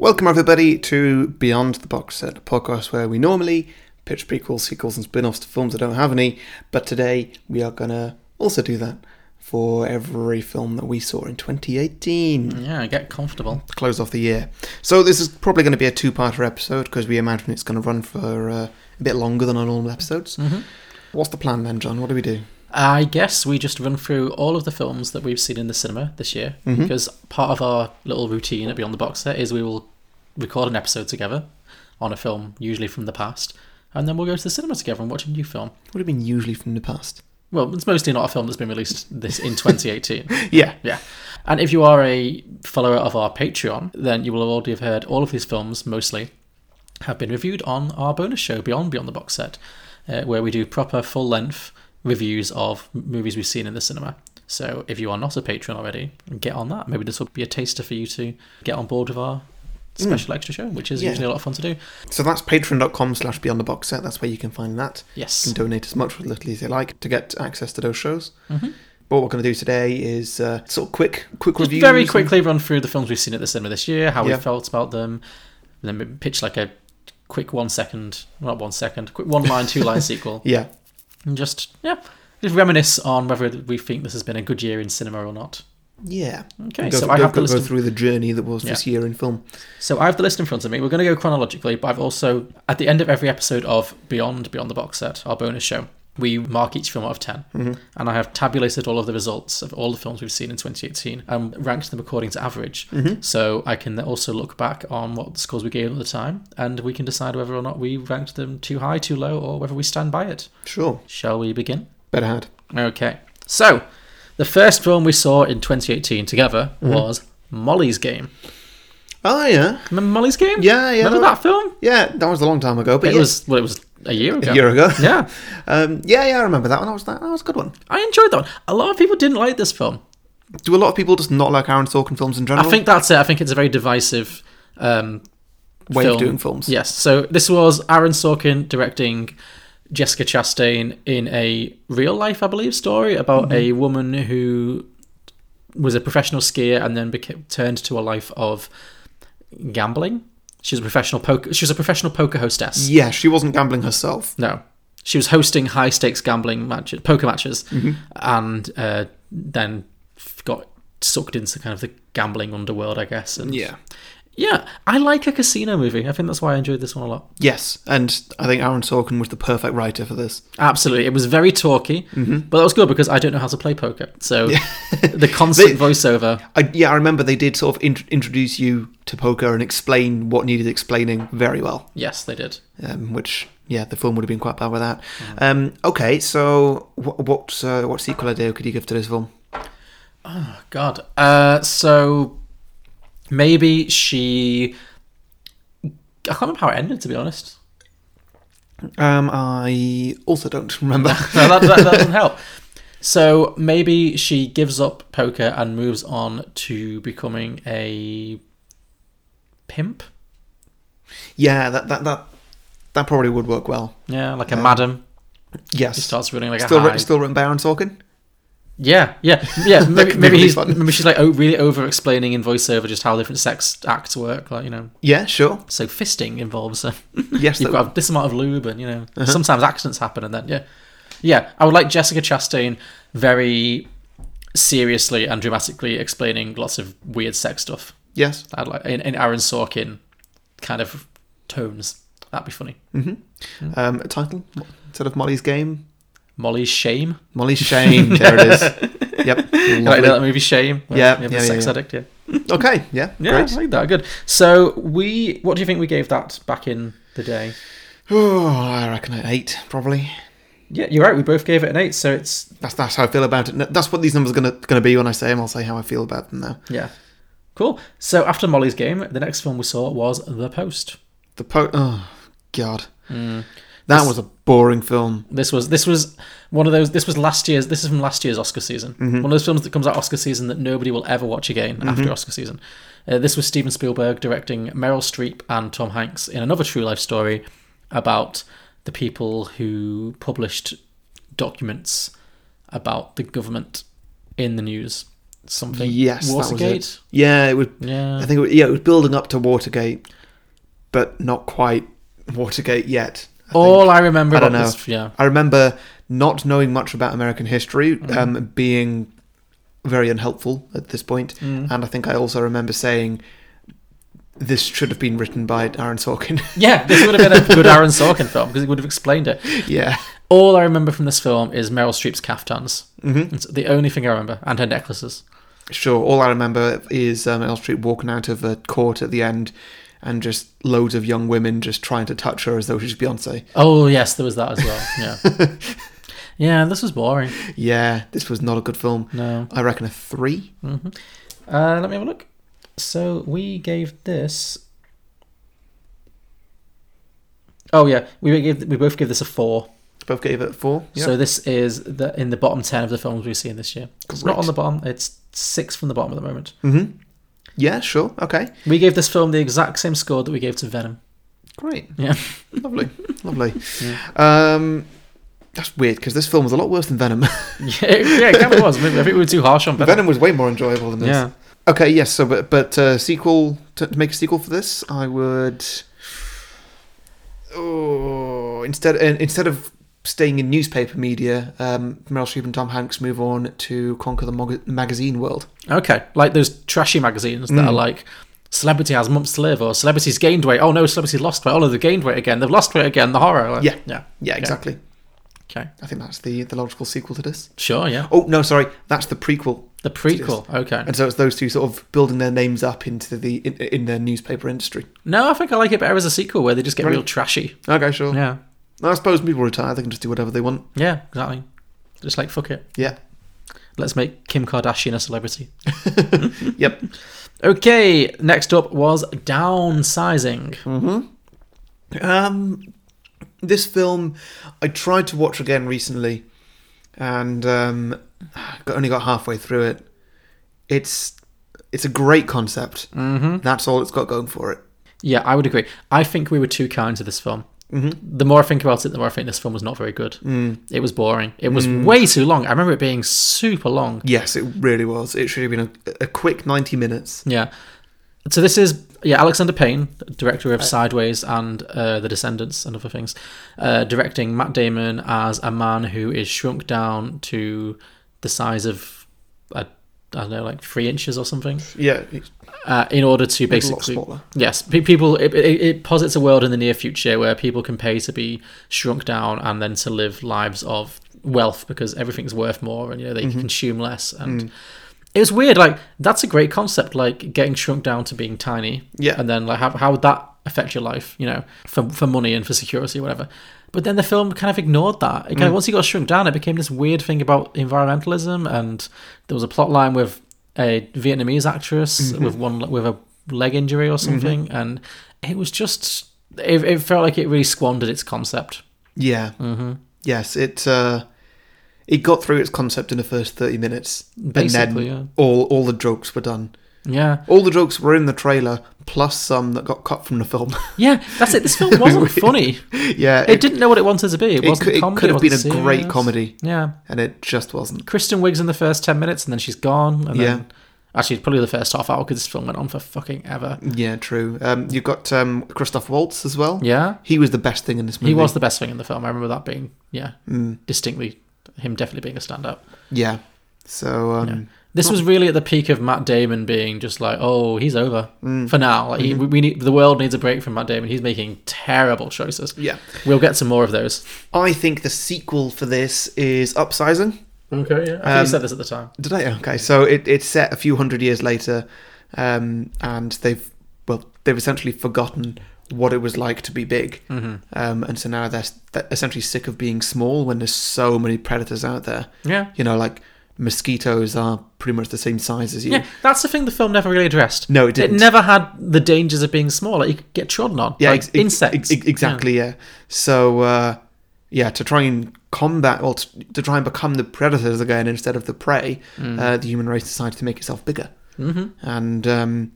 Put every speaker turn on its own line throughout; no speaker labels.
Welcome, everybody, to Beyond the Box Set, a podcast where we normally pitch prequels, sequels, and spin offs to films that don't have any, but today we are going to also do that for every film that we saw in 2018
Yeah, get comfortable.
to close off the year. So, this is probably going to be a two parter episode because we imagine it's going to run for uh, a bit longer than our normal episodes. What's the plan then, John? What do we do?
I guess we just run through all of the films that we've seen in the cinema this year because part of our little routine at Beyond the Box Set is we will record an episode together on a film, usually from the past, and then we'll go to the cinema together and watch a new film.
What do you mean, usually from the past?
Well, it's mostly not a film that's been released this in 2018.
Yeah.
Yeah. And if you are a follower of our Patreon, then you will already have heard all of these films mostly have been reviewed on our bonus show Beyond Beyond the Box Set, uh, where we do proper full length reviews of m- movies we've seen in the cinema. So if you are not a patron already, get on that. Maybe this will be a taster for you to get on board with our special extra show, which is
Yeah.
usually a lot of fun to do.
So that's patreon.com slash beyond the box set. That's where you can find that. You
Yes.
can donate as much or as little as you like to get access to those shows. But what we're going to do today is uh, sort of quick, quick
Mm-hmm. Just
reviews.
very
and-
quickly run through the films we've seen at the cinema this year, how
Yeah.
we felt about them, and then pitch like a quick one second, not one second, quick one line, two line sequel,
yeah,
and just yeah, just reminisce on whether we think this has been a good year in cinema or not.
yeah.
Okay,
And go,
so
go,
I have the
go,
list.
go
in-
through the journey that was this year in film.
so I have the list in front of me. We're going to go chronologically, but I've also at the end of every episode of Beyond Beyond the Box Set, our bonus show. We mark each film out of 10,
Mm-hmm.
and I have tabulated all of the results of all the films we've seen in 2018 and ranked them according to average.
Mm-hmm.
So I can then also look back on what the scores we gave at the time, and we can decide whether or not we ranked them too high, too low, or whether we stand by it.
Sure,
Shall we begin?
better had.
Okay. So, the first film we saw in 2018 together
Mm-hmm.
was Molly's Game.
Oh yeah,
Remember Molly's Game?
Yeah, yeah.
Remember that film?
yeah. That was a long time ago, but
It
yeah,
was well, it was a year ago.
a year ago.
Yeah,
um, yeah, yeah. I remember that one. That was that. That was a good one.
I enjoyed that. One. A lot of people didn't like this film.
Do a lot of people just not like Aaron Sorkin films in general?
I think that's it. I think it's a very divisive um,
way
film.
of doing films.
Yes. So this was Aaron Sorkin directing Jessica Chastain in a real life, I believe, story
Mm-hmm.
about a woman who was a professional skier and then became, turned to a life of gambling. She was a professional poker. She was a professional poker hostess.
Yeah, she wasn't gambling herself.
No, she was hosting high stakes gambling matches, poker matches, and uh, then f- got sucked into kind of the gambling underworld, I guess. And
Yeah.
yeah, I like a casino movie. I think that's why I enjoyed this one a lot.
Yes, and I think Aaron Sorkin was the perfect writer for this.
Absolutely, it was very talky, but that was good because I don't know how to play poker. So the constant voiceover.
I, yeah, I remember they did sort of int- introduce you to poker and explain what needed explaining very well,
Yes, they did.
um, which yeah, the film would have been quite bad without.
Mm.
Um, okay, so what what, uh, what sequel idea could you give to this film?
Oh, God. Uh, so maybe she. I can't remember how it ended, to be honest.
Um, I also don't remember.
No, that, that, that doesn't help. So maybe she gives up poker and moves on to becoming a pimp.
yeah, that that that that probably would work well.
Yeah, like a madam. She
Yes,
starts running like a
still
hive.
writ- still written by Aaron Sorkin.
Yeah, yeah, yeah. Maybe,
could be
maybe
really
he's
fun.
maybe she's like oh, really over explaining in voiceover just how different sex acts work. Like you know,
Yeah, sure.
so fisting involves uh,
Yes,
you've
that,
got to have this amount of lube, and you know
Uh-huh.
sometimes accidents happen, and then yeah, yeah. I would like Jessica Chastain very seriously and dramatically explaining lots of weird sex stuff.
yes.
I'd like in, in Aaron Sorkin kind of tones. That'd be funny. Mm.
Um, a title instead of Molly's Game.
Molly's Shame.
Molly's Shame. there it is. Yep.
Like
lovely.
that movie Shame. where
Yeah,
you have
yeah,
the
yeah,
sex
yeah.
addict. Yeah.
Okay. Yeah.
Yeah,
Great.
I like that. Good. So we, what do you think we gave that back in the day?
Oh, I reckon an eight, probably.
Yeah, you're right. We both gave it an eight. So it's
That's that's how I feel about it. No, That's what these numbers are gonna gonna be when I say them. I'll say how I feel about them now.
yeah, cool. So after Molly's game, the next film we saw was The Post.
The po oh god, that was a boring film.
This was this was one of those. This was last year's. This is from last year's Oscar season.
Mm-hmm.
One of those films that comes out Oscar season that nobody will ever watch again after Oscar season. Uh, this was Steven Spielberg directing Meryl Streep and Tom Hanks in another true life story about the people who published documents about the government in the news. something.
Yes, that was it.
Watergate.
Yeah, it was.
Yeah.
I think. It was, yeah, it was building up to Watergate, but not quite Watergate yet. I think.
All I remember
I don't
about
know.
this, yeah,
I remember not knowing much about American history, um, being very unhelpful at this point, and I think I also remember saying this should have been written by Aaron Sorkin.
yeah, this would have been a good Aaron Sorkin film because it would have explained it.
yeah,
All I remember from this film is Meryl Streep's caftans. Mm-hmm. It's the only thing I remember, and her necklaces.
sure. All I remember is um, L Street walking out of a court at the end. And just loads of young women just trying to touch her as though she's Beyonce.
Oh yes, there was that as well. Yeah, yeah, this was boring.
Yeah, this was not a good film.
No,
I reckon a three.
uh, let me have a look. So we gave this. Oh yeah, we gave we both gave this a four.
Both gave it a four. Yeah.
So this is the in the bottom ten of the films we've seen this year. It's not
Great.
on the bottom. It's six from the bottom at the moment.
Mm-hmm. yeah, sure. Okay.
We gave this film the exact same score that we gave to Venom.
Great.
Yeah,
Lovely. Lovely. Um, that's weird because this film was a lot worse than Venom.
yeah, it- yeah. It kind of was. Maybe- I think we were too harsh on Venom.
Venom was way more enjoyable than this.
Yeah.
Okay, yes, so but but uh, sequel to, to make a sequel for this, I would oh instead in, instead of staying in newspaper media, um, Meryl Streep and Tom Hanks move on to conquer the mog- magazine world.
Okay, like those trashy magazines that are
Mm.
like celebrity has months to live or celebrities gained weight. Oh no, celebrities lost weight. Oh no, they gained weight again. They've lost weight again. The horror. Like,
Yeah.
yeah,
Yeah,
Okay.
exactly.
Okay,
I think that's the the logical sequel to this.
sure, yeah.
Oh no, sorry, that's the prequel.
The prequel. Okay.
And so it's those two sort of building their names up into the in, in their newspaper industry.
No, I think I like it better as a sequel where they just get
Right.
real trashy.
Okay, sure.
Yeah,
I suppose when people retire, they can just do whatever they want.
yeah, exactly. Just like fuck it.
Yeah.
Let's make Kim Kardashian a celebrity.
Yep.
Okay, next up was downsizing.
Um, this film I tried to watch again recently, and um, got, only got halfway through it. It's it's a great concept. Mm-hmm. That's all it's got going for it.
Yeah, I would agree. I think we were too kind to this film. Mm-hmm. The more I think about it, the more I think this film was not very good. Mm. It was boring. It was
Mm.
way too long. I remember it being super long.
Yes, it really was. It should have been a, a quick ninety minutes.
Yeah. So this is yeah Alexander Payne, director of Sideways and uh, The Descendants and other things, uh, directing Matt Damon as a man who is shrunk down to the size of I, I don't know like three inches or something.
Yeah, it's
uh, in order to
Make it a lot
basically
smaller.
yes pe- people it, it, it posits a world in the near future where people can pay to be shrunk down and then to live lives of wealth because everything's worth more and you know they consume less and it was weird like that's a great concept like getting shrunk down to being tiny
Yeah.
and then like how, how would that affect your life you know for, for money and for security whatever but then the film kind of ignored that. It kind of, once he got shrunk down, it became this weird thing about environmentalism, and there was a plot line with a Vietnamese actress
Mm-hmm.
with one with a leg injury or something, and it was just it, it felt like it really squandered its concept.
yeah. Mm-hmm. Yes, it uh, it got through its concept in the first thirty minutes, and then
Basically, yeah.
all all the jokes were done.
Yeah,
All the jokes were in the trailer, plus some that got cut from the film.
yeah, that's it. This film wasn't funny.
yeah,
It didn't know what it wanted to be. It,
it
wasn't
could- it
comedy.
could have been
wasn't
a great
serious.
comedy.
Yeah,
and it just wasn't.
Kristen Wiggs in the first ten minutes, and then she's gone. And
Yeah.
then, actually, probably the first half hour because this film went on for fucking ever.
Yeah, true. Um, you've got um, Christoph Waltz as well.
Yeah.
he was the best thing in this movie.
He was the best thing in the film. I remember that being, yeah,
Mm.
distinctly him definitely being a standout.
yeah. So um,
This was really at the peak of Matt Damon being just like, oh, he's over
Mm.
for now. Like
Mm-hmm.
he, we- we need the world needs a break from Matt Damon. He's making terrible choices.
yeah.
We'll get some more of those.
I think the sequel for this is Upsizing.
Okay, yeah.
Um,
I think you said this at the time.
Did I? Okay, so it, it's set a few hundred years later, um, and they've well they've essentially forgotten what it was like to be big,
Mm-hmm.
um, and so now they're, s- they're essentially sick of being small when there's so many predators out there.
Yeah.
You know, like mosquitoes are pretty much the same size as you.
Yeah, that's the thing the film never really addressed.
No, it didn't.
It never had the dangers of being small. Like you could get trodden on.
yeah,
like
ex- ex-
insects.
ex- exactly. Yeah. So uh, yeah, to try and combat or to, to try and become the predators again instead of the prey,
Mm.
uh, the human race decided to make itself bigger. Mm-hmm. And um,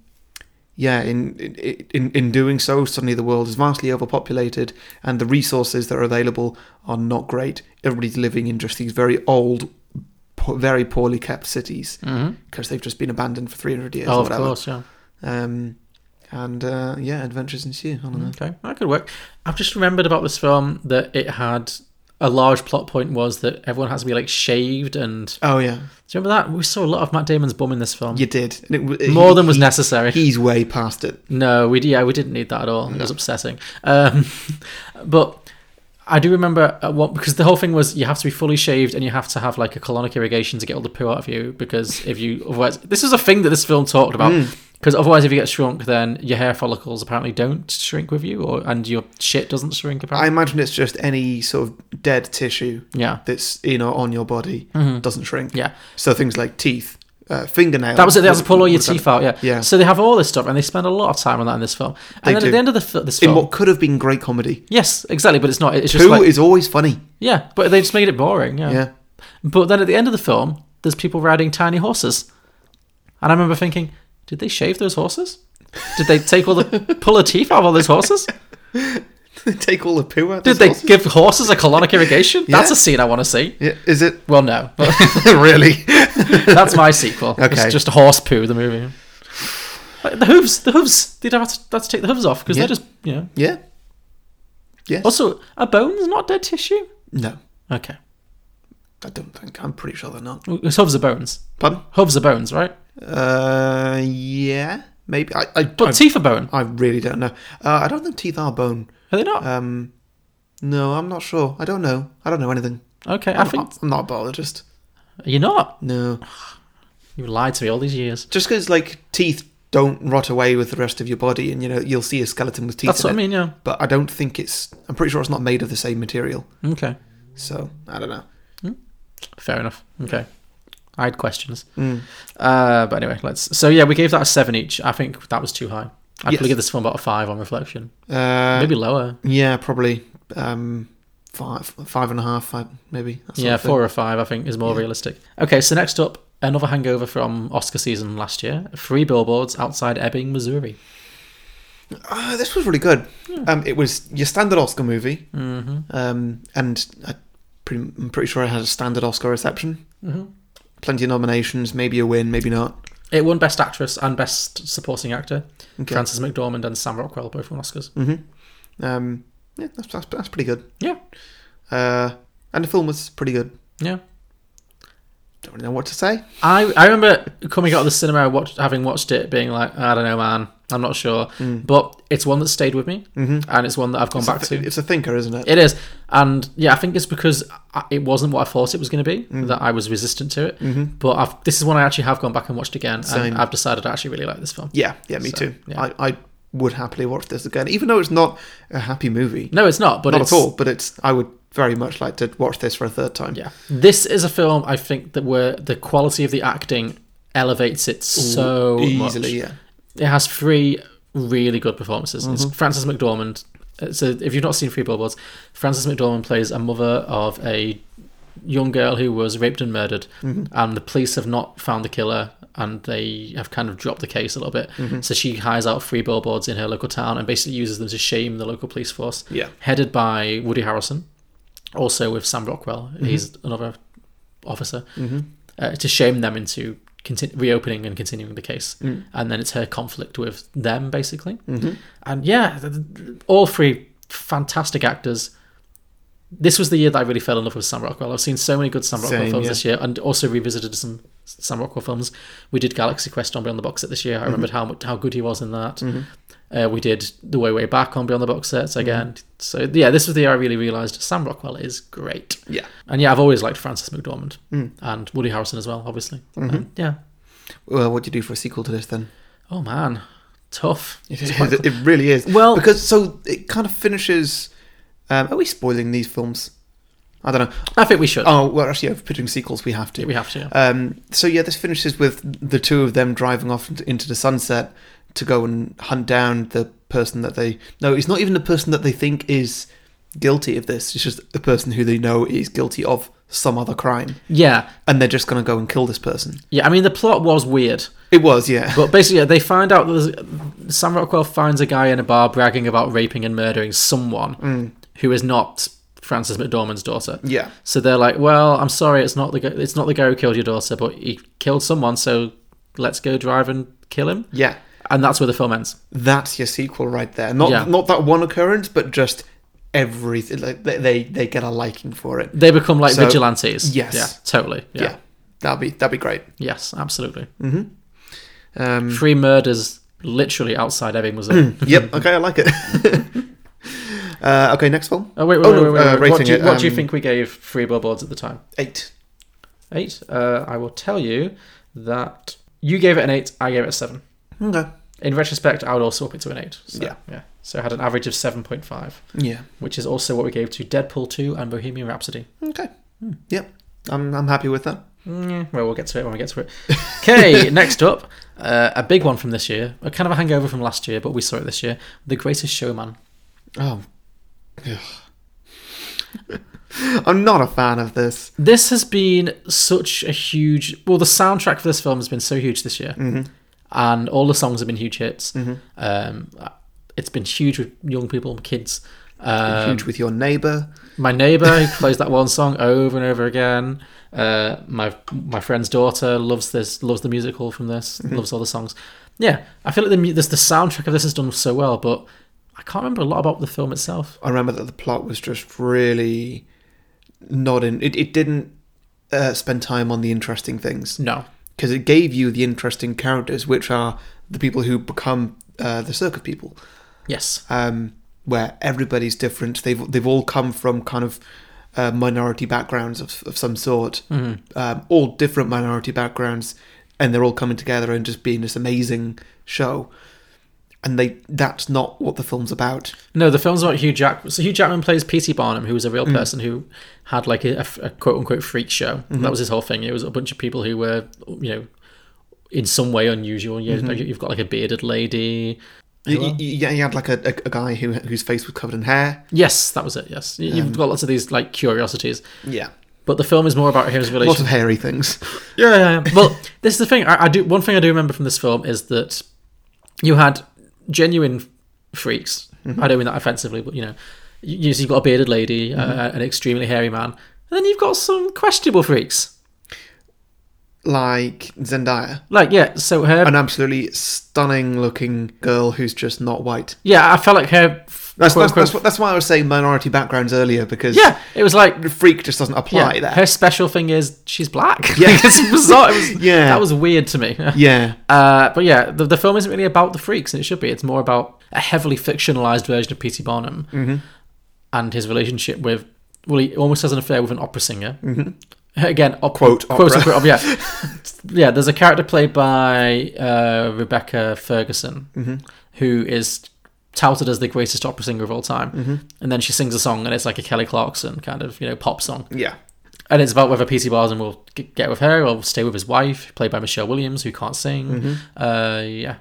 yeah, in, in in in doing so, suddenly the world is vastly overpopulated, and the resources that are available are not great. Everybody's living in just these very old, po- very poorly kept cities
Mm-hmm.
because they've just been abandoned for 300 years
Oh,
or
of
whatever.
course, yeah.
Um, and uh, yeah, adventures ensue. I don't know.
Okay, that could work. I've just remembered about this film that it had a large plot point was that everyone has to be like shaved and.
Oh yeah,
Do you remember that? We saw a lot of Matt Damon's bum in this film.
you did. And it w- it-
More than was
he-
necessary.
He's way past it.
No, we yeah we didn't need that at all. It was upsetting. Um, but I do remember at one because the whole thing was you have to be fully shaved and you have to have like a colonic irrigation to get all the poo out of you because if you otherwise this is a thing that this film talked about
Mm.
because otherwise if you get shrunk then your hair follicles apparently don't shrink with you or and your shit doesn't shrink
I
apparently.
imagine it's just any sort of dead tissue
yeah.
that's you know on your body doesn't shrink.
Mm-hmm. Yeah.
So things like teeth, uh, fingernails.
That was it. They had to pull all your
would- would-
teeth out. Yeah.
Yeah.
So they have all this stuff, and they spend a lot of time on that in this film. And
They
then
do.
at the end of the fi- this
In
film,
what could have been great comedy.
yes, exactly. But it's not. It's just
Pooh
like
is always funny.
yeah. But they just made it boring.
Yeah.
But then at the end of the film, there's people riding tiny horses. And I remember thinking, did they shave those horses? Did they take all the pull the teeth out of all those horses?
They take all the poo out.
Did
those
they
horses.
give horses a colonic irrigation? That's
Yeah.
a scene I want to see.
Yeah, is it
Well, no. But
really?
that's my sequel.
Okay.
It's just horse poo, the movie. Like, the hooves, the hooves. They'd have to, have to take the hooves off because
Yeah.
they're just, you know.
Yeah. Yes.
Also, are bones not dead tissue?
no,
Okay.
I don't think. I'm pretty sure they're not.
Because hooves are bones.
Pardon?
Hooves are bones, right?
Uh, yeah, maybe. I, I,
But
I,
teeth are bone.
I really don't know. Uh, I don't think teeth are bone.
Are they not?
Um, no, I'm not sure. I don't know. I don't know anything.
okay, I
I'm,
think.
I'm not a biologist.
You're not.
No,
You lied to me all these years.
just because like teeth don't rot away with the rest of your body, and you know you'll see a skeleton with teeth.
That's
in
what I
it.
mean, yeah.
But I don't think it's. I'm pretty sure it's not made of the same material.
Okay.
So I don't know.
Fair enough. Okay. I had questions.
Mm.
Uh, but anyway, let's. So, yeah, we gave that a seven each. I think that was too high. I'd
Yes.
probably give this film about a five on reflection.
Uh,
Maybe lower.
Yeah, probably um, five, five and a half, five, maybe. that sort
Yeah,
of thing.
four or five, I think, is more realistic. Okay, so next up, another hangover from Oscar season last year. Three billboards outside Ebbing, Missouri.
Ah, this was really good. Um, it was your standard Oscar movie,
Mm-hmm.
um, and I pretty, I'm pretty sure it had a standard Oscar reception.
Mm-hmm.
Plenty of nominations, maybe a win, maybe not.
It won Best Actress and Best Supporting Actor.
Okay.
Frances McDormand and Sam Rockwell both won Oscars.
hmm Um, yeah, that's, that's, that's pretty good.
Yeah.
Uh, and the film was pretty good.
Yeah.
Don't really know what to say.
I, I remember coming out of the cinema, watch, having watched it, being like, I don't know, man, I'm not sure. But it's one that stayed with me,
Mm-hmm.
and it's one that I've gone back
Mm. it's, a,
to.
it's a thinker, isn't it?
It is, and yeah, I think it's because I- it wasn't what I thought it was going to be
Mm.
that I was resistant to it.
mm-hmm.
But I've, this is one I actually have gone back and watched again,
Same.
and I've decided I actually really like this film.
Yeah, yeah, me
So,
too.
yeah.
I, I would happily watch this again, even though it's not a happy movie.
No, it's not, but
not
it's,
at all. But it's I would very much like to watch this for a third time.
Yeah, this is a film I think that where the quality of the acting elevates it so much.
easily. Yeah,
It has three really good performances. It's Frances McDormand. uh, So if you've not seen Three Billboards, Frances McDormand plays a mother of a young girl who was raped and murdered, and the police have not found the killer, and they have kind of dropped the case a little bit. So she hires out three billboards in her local town and basically uses them to shame the local police force,
yeah,
headed by Woody Harrelson, also with Sam Rockwell. He's another officer
hmm
uh, to shame them into conti- reopening and continuing the case.
Mm.
And then it's her conflict with them, basically.
hmm
And yeah, th- th- all three fantastic actors. This was the year that I really fell in love with Sam Rockwell. I've seen so many good Sam Rockwell
Same,
films
yeah.
this year, and also revisited some Sam Rockwell films. We did Galaxy Quest on Beyond the Box Set this
Mm-hmm.
year. I remembered how much how good he was in that. Uh, we did The Way Way Back on Beyond the Box Sets
Mm-hmm.
again. So yeah, this was the year I really realised Sam Rockwell is great.
yeah.
And yeah, I've always liked Francis McDormand
Mm.
and Woody Harrison as well, obviously.
Mhm.
And, yeah.
Well, what do you do for a sequel to this then?
Oh man, tough.
It,
It's quite-
it really is
Well-
because so it kind of finishes. Um, are we spoiling these films? I don't know.
I think we should.
Oh, well, actually, if we're putting sequels, we have to.
Yeah, Uh, we have to. yeah.
Um, so yeah, this finishes with the two of them driving off into- into the sunset to go and hunt down the person that they no, it's not even the person that they think is guilty of this. It's just the person who they know is guilty of some other crime,
Yeah,
and they're just gonna go and kill this person.
yeah. I mean, the plot was weird,
It was yeah,
but basically, yeah, they find out that there's- Mm. Sam Rockwell finds a guy in a bar bragging about raping and murdering someone who is not Frances McDormand's daughter.
Yeah.
So they're like, well, I'm sorry, it's not the guy, it's not the guy who killed your daughter, but he killed someone, so let's go drive and kill him.
Yeah.
And that's where the film ends.
That's your sequel right there. Not
Yeah.
not that one occurrence, but just everything. Like they they, they get a liking for it.
They become like
So-
vigilantes.
Yes.
Yeah. Totally.
Yeah.
Yeah. Mm.
That'd be that'd be great.
Yes. Absolutely.
Um,
Three murders literally outside Ebbing was there.
yep. Okay, I like it. uh, okay, next film.
oh wait, wait,
Oh,
wait,
no,
wait, wait,
uh,
wait. What,
rating
do you,
it,
what do you
um,
think we gave Three Billboards at the time?
Eight.
Eight. Uh, I will tell you that you gave it an eight. I gave it a seven.
Okay.
In retrospect, I would also up it to an eight. So,
Yeah.
Yeah. So I had an average of seven point five,
Yeah.
which is also what we gave to Deadpool two and Bohemian Rhapsody.
Okay. Yep. I'm I'm happy with that.
Mm, well, we'll get to it when we get to it. Okay, next up, uh, a big one from this year, a kind of a hangover from last year, but we saw it this year. The Greatest Showman.
Oh. Ugh. I'm not a fan of this.
This has been such a huge. Well, the soundtrack for this film has been so huge this year, and all the songs have been huge hits. Um, it's been huge with young people, and kids. Um,
Huge with your neighbour.
My neighbour who plays that one song over and over again. Uh, my my friend's daughter loves this, loves the musical from this, loves all the songs. Yeah, I feel like the mu- this, the soundtrack of this is done so well, but I can't remember a lot about the film itself.
I remember that the plot was just really not in. It it didn't uh, spend time on the interesting things
No,
because it gave you the interesting characters, which are the people who become uh, the circus people.
yes,
um, where everybody's different. They've they've all come from kind of uh, minority backgrounds of, of some sort, um, all different minority backgrounds, and they're all coming together and just being this amazing show. And they that's not what the film's about.
no. The film's about Hugh Jackman. So Hugh Jackman plays P.T. Barnum, who was a real
Mm.
person who had like a, quote unquote freak show.
Mm-hmm.
That was his whole thing. It was a bunch of people who were, you know, in some way unusual. You
Mm-hmm.
know, You've got like a bearded lady.
You, you, you- you had like a, a, a guy who whose face was covered in hair.
Yes, that was it. Yes, You-
Um,
you've got lots of these like curiosities,
Yeah,
but the film is more about his
lots
relationship.
of hairy things.
yeah, yeah, yeah. Well, this is the thing. I, I do one thing I do remember from this film is that you had genuine freaks.
Mm-hmm.
I don't mean that offensively, but you know, you, you've got a bearded lady, uh,
Mm-hmm.
an extremely hairy man, and then you've got some questionable freaks.
Like Zendaya,
Like, yeah, so her,
an absolutely stunning looking girl who's just not white.
yeah, I felt like her.
That's
quote,
that's, that's,
unquote-
what- that's why I was saying minority backgrounds earlier because
yeah, it was like
freak just doesn't apply
yeah,
there.
her special thing is she's black.
Yeah.
it's bizarre. It was,
Yeah.
that was weird to me.
Yeah,
Uh, but yeah, the, the film isn't really about the freaks, and it should be. It's more about a heavily fictionalized version of P.T. Barnum
Mm-hmm.
and his relationship with. Well, he almost has an affair with an opera singer. Mm-hmm. Again, op-
Quote,
quote
opera.
unquote, yeah, yeah. There's a character played by uh, Rebecca Ferguson
Mm-hmm.
who is touted as the greatest opera singer of all time,
Mm-hmm.
and then she sings a song, and it's like a Kelly Clarkson kind of you know pop song.
yeah,
And it's about whether P.T. Barnum will g- get with her or stay with his wife, played by Michelle Williams, who can't sing.
Mm-hmm.
Uh, yeah.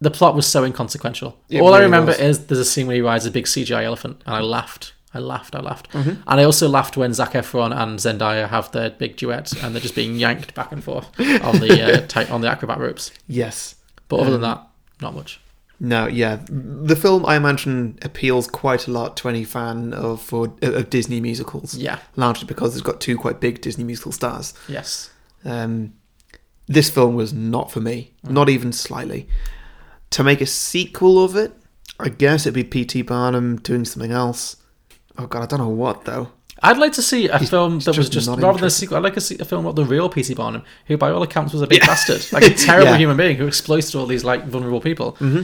The plot was so inconsequential.
It
All I
really
remember
was.
is there's a scene where he rides a big CGI elephant, and I laughed. I laughed. I laughed.
Mm-hmm.
And I also laughed when Zac Efron and Zendaya have their big duet, and they're just being yanked back and forth on the uh, tight, on the acrobat ropes.
yes.
But other
Mm.
than that, not much.
No, yeah. The film, I imagine, appeals quite a lot to any fan of for, of Disney musicals,
Yeah.
largely because it's got two quite big Disney musical stars.
Yes.
Um, this film was not for me,
Mm.
not even slightly. To make a sequel of it, I guess it'd be P.T. Barnum doing something else. Oh god, I don't know what though.
I'd like to see a film that was
just
just
not
rather than a
interested.
sequel. I'd like to see a film about the real P.T. Barnum, who by all accounts was a big bastard, like a terrible
Yeah.
human being who exploited all these like vulnerable people. Mm-hmm.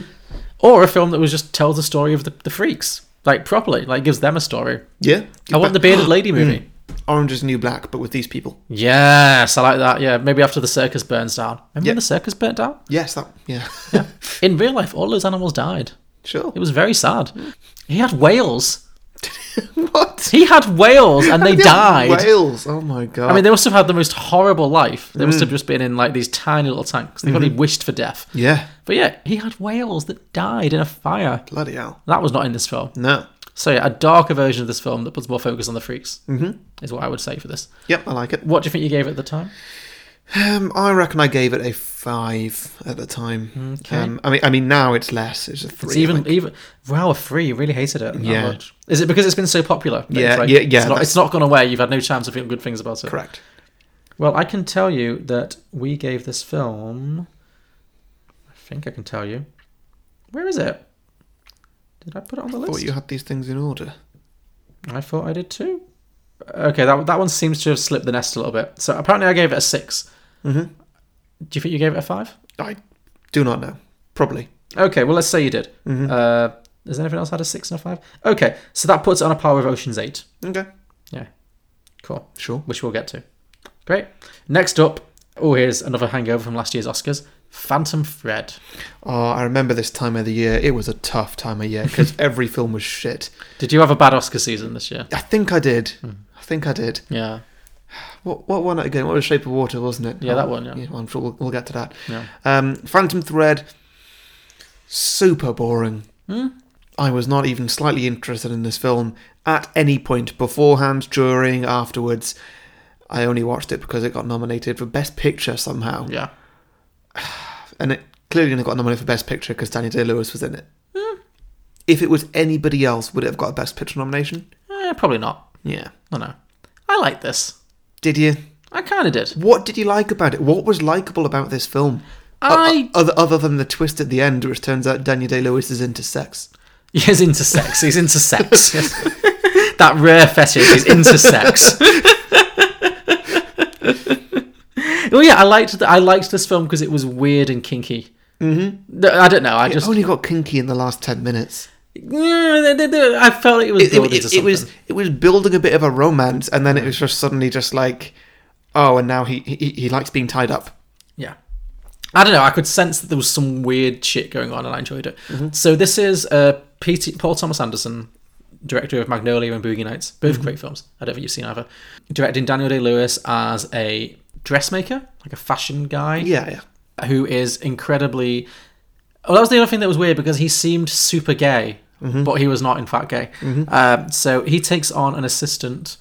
Or a film that was just tells the story of the, the freaks, like properly, like gives them a story.
Yeah,
I want the bearded lady
Mm.
movie.
Orange is the New Black, but with these people.
Yes, I like that. Yeah, maybe after the circus burns down. Remember
Yeah.
when the circus burnt down?
Yes, that. Yeah,
In real life, all those animals died.
sure.
It was very sad. He had whales.
what?
He had whales, and they
Yeah,
died.
Wales. Oh my god.
I mean, they must have had the most horrible life. They
Mm.
must have just been in like these tiny little tanks. They
Mm-hmm.
probably wished for death.
yeah.
But yeah, he had whales that died in a fire.
Bloody hell.
That was not in this film.
No.
So yeah, a darker version of this film that puts more focus on the freaks mm-hmm. is what I would say for this.
Yep, I like it.
What do you think you gave it at the time?
Um, I reckon I gave it a five at the time.
Okay.
Um, I mean, I mean now it's less. It's a three.
It's
I
even
think.
even wow, a three. You really hated it. that
Yeah.
much. Is it because it's been so popular? that it's
Yeah,
like-
yeah, yeah,
It's not,
that's-
it's not gone away. You've had no chance of feeling good things about it.
correct.
Well, I can tell you that we gave this film. I think I can tell you. Where is it? Did I put it on the
Thought
list?
you had these things in order.
I thought I did too. Okay, that that one seems to have slipped the nest a little bit. So apparently, I gave it a six.
Mhm.
Do you think you gave it a five?
I do not know. Probably.
Okay, well, let's say you did.
Mm-hmm.
Uh, does anything else had a six and a five? Okay, so that puts it on a par with Ocean's Eight.
Okay.
Cool,
Sure.
which we'll get to. Great. Next up, oh, here's another hangover from last year's Oscars Phantom Thread.
Oh, I remember this time of the year. It was a tough time of year because every film was shit.
Did you have a bad Oscar season this year?
I think I did.
Hmm.
I think I did.
Yeah.
What what one again? What was Shape of Water, wasn't it? Oh,
Yeah, that one, yeah.
I'm sure we'll, we'll get to that.
Yeah.
Um, Phantom Thread, super boring.
Hmm?
I was not even slightly interested in this film at any point beforehand, during, afterwards. I only watched it because it got nominated for Best Picture somehow,
Yeah.
and it clearly only got nominated for Best Picture because Danny Day Lewis was in it. Hmm. If it was anybody else, would it have got a Best Picture nomination?
Eh, probably not.
Yeah.
I don't know. I like this.
Did you?
I kind of did.
What did you like about it? What was likable about this film? O-
I-
o- other other than the twist at the end, which turns out Daniel Day Lewis is into sex.
He's into sex. He's into sex. Yes. that rare fetish. He's into sex. well, yeah, I liked th- I liked this film because it was weird and kinky. Mm-hmm. I don't know. I
It
just
only got kinky in the last ten minutes.
Yeah, they- they- they- I felt it was
It, it-
building
it-
to
it was
something.
it was building a bit of a romance, and then it was just suddenly just like, oh, and now he he, he likes being tied up.
yeah. I don't know. I could sense that there was some weird shit going on, and I enjoyed it. So this is uh, P.T. Paul Thomas Anderson, director of Magnolia and Boogie Nights, both great films. I don't think you've seen either. Directing Daniel Day Lewis as a dressmaker, like a fashion guy.
Yeah, yeah.
who is incredibly. Well, that was the other thing that was weird because he seemed super gay, but he was not in fact gay. Um, so he takes on an assistant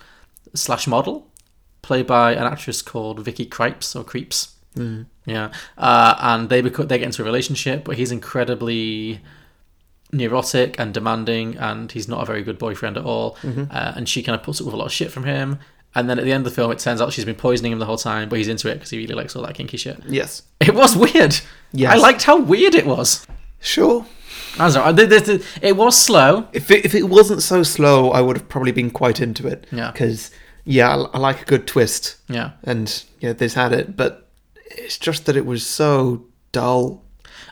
slash model, played by an actress called Vicky Cripes or Creeps. Yeah, uh, and they beco- they get into a relationship, but he's incredibly neurotic and demanding, and he's not a very good boyfriend at all. Uh, and she kind of puts up with a lot of shit from him. And then at the end of the film, it turns out she's been poisoning him the whole time, but he's into it because he really likes all that kinky shit.
Yes.
It was weird.
Yes.
I liked how weird it was.
Sure.
I don't know. th- th- th- It was slow.
If it, if it wasn't so slow, I would have probably been quite into it.
Yeah.
Because yeah, I, I like a good twist,
Yeah.
and yeah, this had it, but it's just that it was so dull.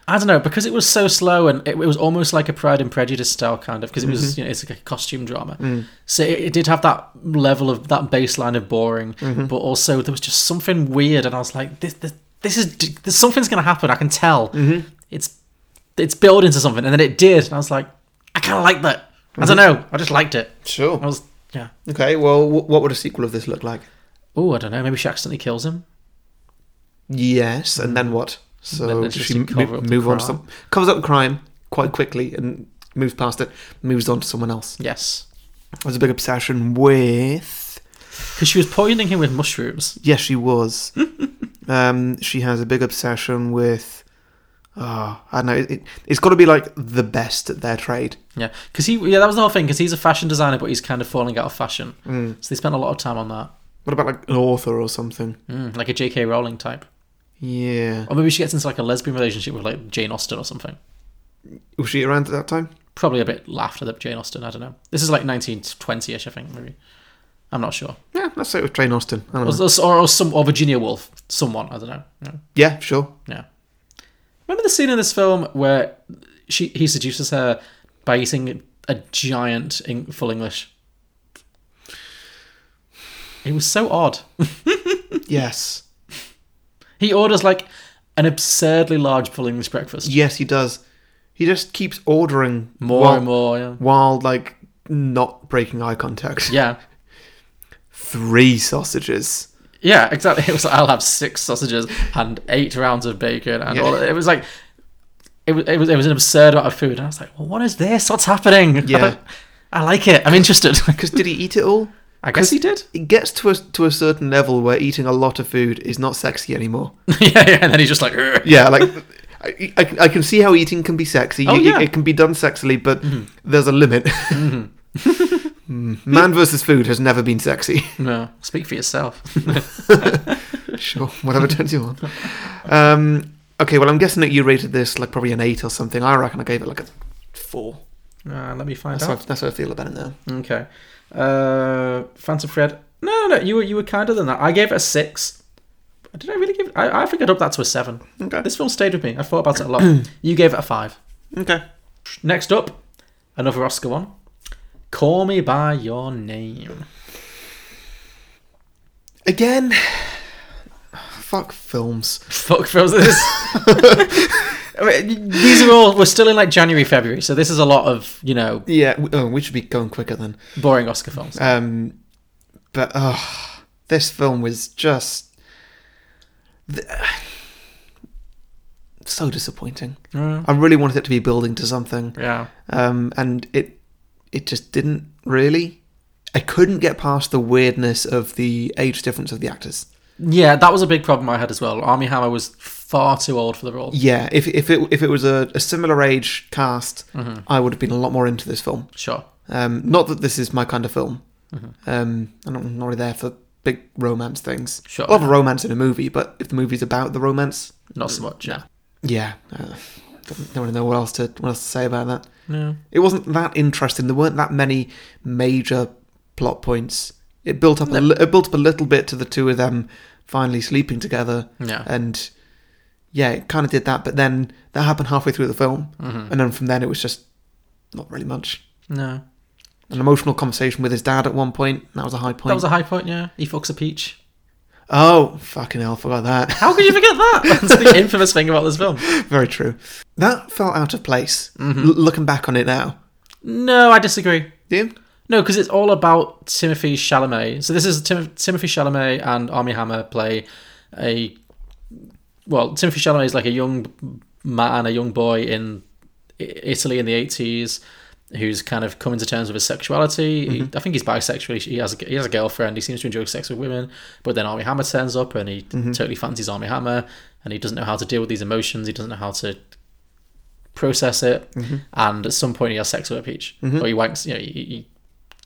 I don't know because it was so slow and it, it was almost like a Pride and Prejudice style kind of because it was you know it's like a costume drama. So it, it did have that level of that baseline of boring, but also there was just something weird, and I was like, this this, this is d- this, something's going to happen. I can tell. It's it's building to something, and then it did, and I was like, I kind of like that. I don't know. I just liked it. I
Sure.
was yeah.
Okay. Well, wh- what would a sequel of this look like?
Oh, I don't know. Maybe she accidentally kills him.
Yes, and then what?
Mm. then
So
they
she
just
mo-
cover up the
move on to
crime.
some covers up the crime quite quickly and moves past it, moves on to someone else.
Yes.
There's a big obsession with.
Because she was poisoning him with mushrooms.
Yes, she was. um, she has a big obsession with. Oh, I don't know. It, it's got to be like the best at their trade.
Yeah, because he yeah that was the whole thing. Because he's a fashion designer, but he's kind of falling out of fashion. Mm. So they spent a lot of time on that,
What about like an author or something?
mm, like a J.K. Rowling type,
Yeah.
or maybe she gets into like a lesbian relationship with like Jane Austen or something.
Was she around at that time?
Probably a bit after the Jane Austen. I don't know. This is like 1920ish, I think. Maybe I'm not sure.
Yeah, let's say it was Jane Austen. I don't know.
Or, or, or some or Virginia Woolf, someone. I don't know. Yeah.
Yeah, sure.
Yeah. Remember the scene in this film where she he seduces her by eating a giant in full English? It was so odd.
Yes.
He orders like an absurdly large full English breakfast.
Yes, he does. He just keeps ordering
More
while,
and more, yeah.
while like not breaking eye contact.
Yeah.
Three sausages.
Yeah, exactly. It was like I'll have six sausages and eight rounds of bacon and
Yeah.
all it was like it was, it was it was an absurd amount of food and I was like, Well what is this? What's happening? I
Yeah.
don't- I like it. I'm interested.
Because did he eat it all?
I guess he did.
It gets to a to a certain level where eating a lot of food is not sexy anymore.
yeah, yeah, and then he's just like, "Ugh."
Yeah, like I, I, I can see how eating can be sexy.
Oh,
You-
yeah.
it, can be done sexily, but there's a limit. Mm. Man versus food has never been sexy.
no, speak for yourself.
sure, whatever turns you on. Um, okay, well, I'm guessing that you rated this like probably an eight or something. I reckon I gave it like a four.
uh, let me find
That's,
out.
how, that's how I feel about it now.
Okay. Uh, Phantom Fred. No, no, no. You were you were kinder than that. I gave it a six. Did I really give? It? I I think I upped that to a seven.
Okay.
This film stayed with me. I thought about it a lot. you gave it a five.
Okay.
Next up, another Oscar one. Call me by your name.
Again, fuck films.
Fuck films. This. I mean, These are all. We're still in like January, February, so this is a lot of you know
Yeah, w oh, we should be going quicker then.
boring Oscar films.
Um, but oh, this film was just th- so disappointing.
Mm,
I really wanted it to be building to something,
yeah.
um, and it it just didn't really. I couldn't get past the weirdness of the age difference of the actors.
Yeah, that was a big problem I had as well. Army Hammer was far too old for the role.
Yeah, if if it if it was a, a similar age cast, I would have been a lot more into this film.
Sure.
Um, not that this is my kind of film. Um, I'm not- I'm not really there for big romance things.
Sure.
I love a romance in a movie, but if the movie's about the romance,
Not so much. Yeah.
yeah, uh, don't, don't really know what else to what else to say about that.
No.
It wasn't that interesting. There weren't that many major plot points. It built up a li- it built up a little bit to the two of them finally sleeping together,
Yeah.
and yeah, it kind of did that. But then that happened halfway through the film, and then from then it was just not really much.
No.
an emotional conversation with his dad at one point. That was a high point.
That was a high point, yeah. He fucks a peach.
oh, fucking hell, forgot that.
How could you forget that? That's the infamous thing about this film.
Very true. That felt out of place.
Mm-hmm.
L- looking back on it now,
No, I disagree.
yeah,
No, because it's all about Timothy Chalamet. So this is Tim- Timothy Chalamet and Army Hammer play a well. Timothy Chalamet is like a young man, a young boy in I- Italy in the eighties, who's kind of coming to terms with his sexuality. He- I think he's bisexual. He has a, he has a girlfriend. He seems to enjoy sex with women, but then Army Hammer turns up and he totally fancies Army Hammer, and he doesn't know how to deal with these emotions. He doesn't know how to process it, and at some point he has sex with a peach, or he wanks. You know, he, he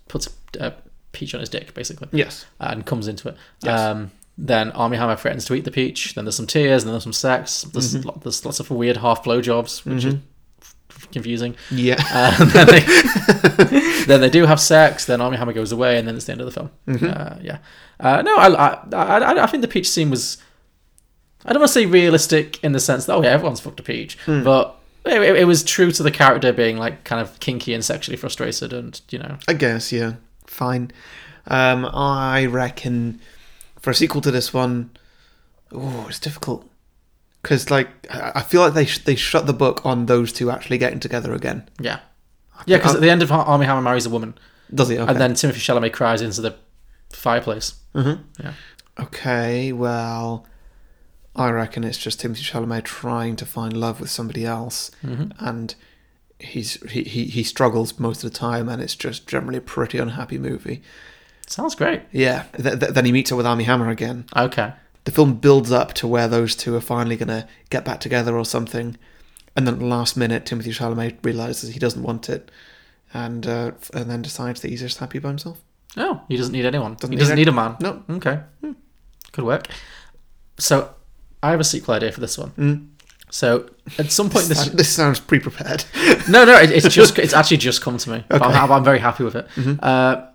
puts a, a peach on his dick basically,
yes,
and comes into it.
Yes.
Um, then Army Hammer threatens to eat the peach. Then there's some tears. And then there's some sex. There's, lo- there's lots of weird half blowjobs, which is f- confusing.
yeah,
Uh, and then, they, then they do have sex. Then Army Hammer goes away, and then it's the end of the film. Uh, yeah. Uh, no, I, I, I, I think the peach scene was. I don't want to say realistic in the sense that oh yeah, everyone's fucked a peach, but it, it- it was true to the character being like kind of kinky and sexually frustrated, and you know,
I guess, yeah, fine. Um, I reckon for a sequel to this one, oh, it's difficult because like I I feel like they sh- they shut the book on those two actually getting together again.
yeah, yeah. Because at the end of Ar- Army Hammer marries a woman,
Does it? Okay.
and then Timothy Chalamet cries into the fireplace.
Mhm.
Yeah.
Okay, well, I reckon it's just Timothy Chalamet trying to find love with somebody else, and he's he, he he struggles most of the time, and it's just generally a pretty unhappy movie.
Sounds great.
Yeah, th- th- then he meets up with Army Hammer again.
Okay.
The film builds up to where those two are finally gonna get back together or something, and then at the last minute, Timothy Chalamet realizes he doesn't want it, and uh, f- and then decides that he's just happy by himself.
Oh, he doesn't need anyone.
Doesn't
he
need
doesn't
any-
need a man.
No,
Okay. Good work. So, I have a sequel idea for this one.
Mm.
So, at some point,
this,
this.
this sounds pre-prepared.
No, no, it, it's just. It's actually just come to me. But I'm,
Okay. Mm-hmm.
ha- I'm very happy with it. Uh,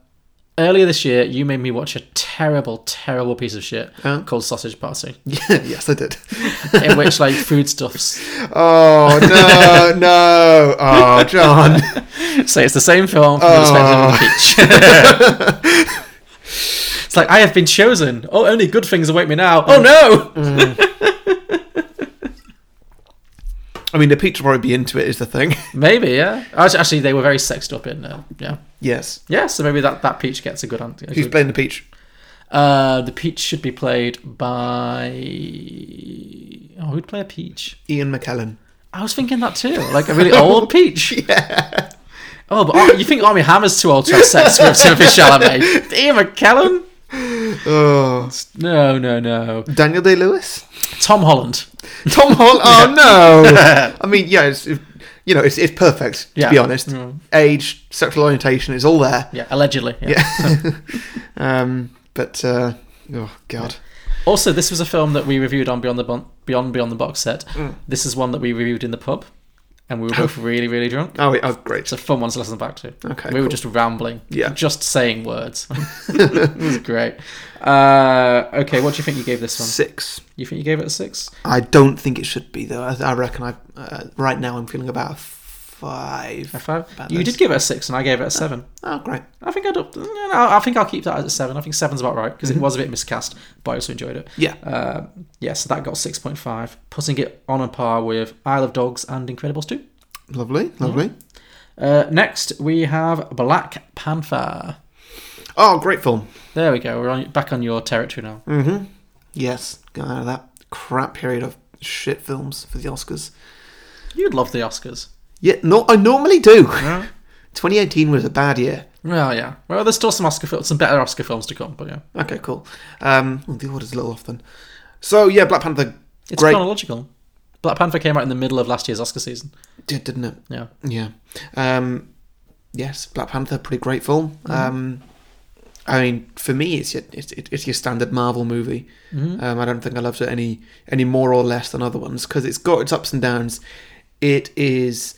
earlier this year, you made me watch a terrible, terrible piece of shit
Huh?
called Sausage Party,
yes, I did.
in which, like, foodstuffs.
Oh no, no! Oh, John.
So, it's the same film from the perspective of the peach. it's like, I have been chosen. Oh, only good things await me now. Oh, no!
I mean, the peach will probably be into it is the thing.
Maybe, yeah. Actually, actually, they were very sexed up in. Uh, yeah.
Yes.
Yeah, so maybe that, that peach gets a good answer.
Who's playing the peach?
Uh, the peach should be played by. Oh, who'd play a peach?
Ian McKellen.
I was thinking that too. Like a really old peach. Yeah. Oh, but Ar- you think Army Hammer's too old to have sex with Timothy Chalamet? Ian McKellen?
Oh.
No, no, no.
Daniel Day Lewis,
Tom Holland.
Tom Holland. Oh no! I mean, yeah, it's, it- you know, it's, it's perfect to
Yeah.
be honest.
Mm.
Age, sexual orientation, it's all there.
Yeah, allegedly. Yeah.
Yeah. um, but uh, oh god.
Also, this was a film that we reviewed on Beyond the bon- Beyond Beyond the Box Set.
Mm.
This is one that we reviewed in the pub, and we were both really, really drunk.
Oh, wait, oh great.
It's a fun one to listen back to.
Okay,
we
cool.
were just rambling.
Yeah.
Just saying words. it was great. Uh, okay, what do you think you gave this one?
Six.
You think you gave it a six?
I don't think it should be though. I, I reckon I uh, right now I'm feeling about a five.
A five?
About
You
this.
did give it a six, and I gave it a seven.
Oh great.
I think I'd up, no, no, I think I'll keep that as a seven. I think seven's about right because it
Mm-hmm.
was a bit miscast, but I also enjoyed it.
Yeah.
Uh, yeah, so that got six point five, putting it on a par with Isle of Dogs and Incredibles two.
Lovely. Lovely.
Uh, next we have Black Panther.
Oh great film.
There we go. We're on, back on your territory now.
Mm-hmm. Yes. Got out of that crap period of shit films for the Oscars.
You'd love the Oscars.
Yeah. No, I normally do. 2018 was a bad year.
Well, yeah. Well, there's still some Oscar films, some better Oscar films to come, but yeah,
Okay, cool. Um, oh, the order's a little off then. So yeah, Black Panther.
it's
great.
chronological. Black Panther came out in the middle of last year's Oscar season.
Did didn't it?
Yeah.
Yeah. Um, yes, Black Panther, pretty great film. Um, I mean, for me, it's your, it's, it- it's your standard Marvel movie. Um, I don't think I loved it any any more or less than other ones because it's got its ups and downs. It is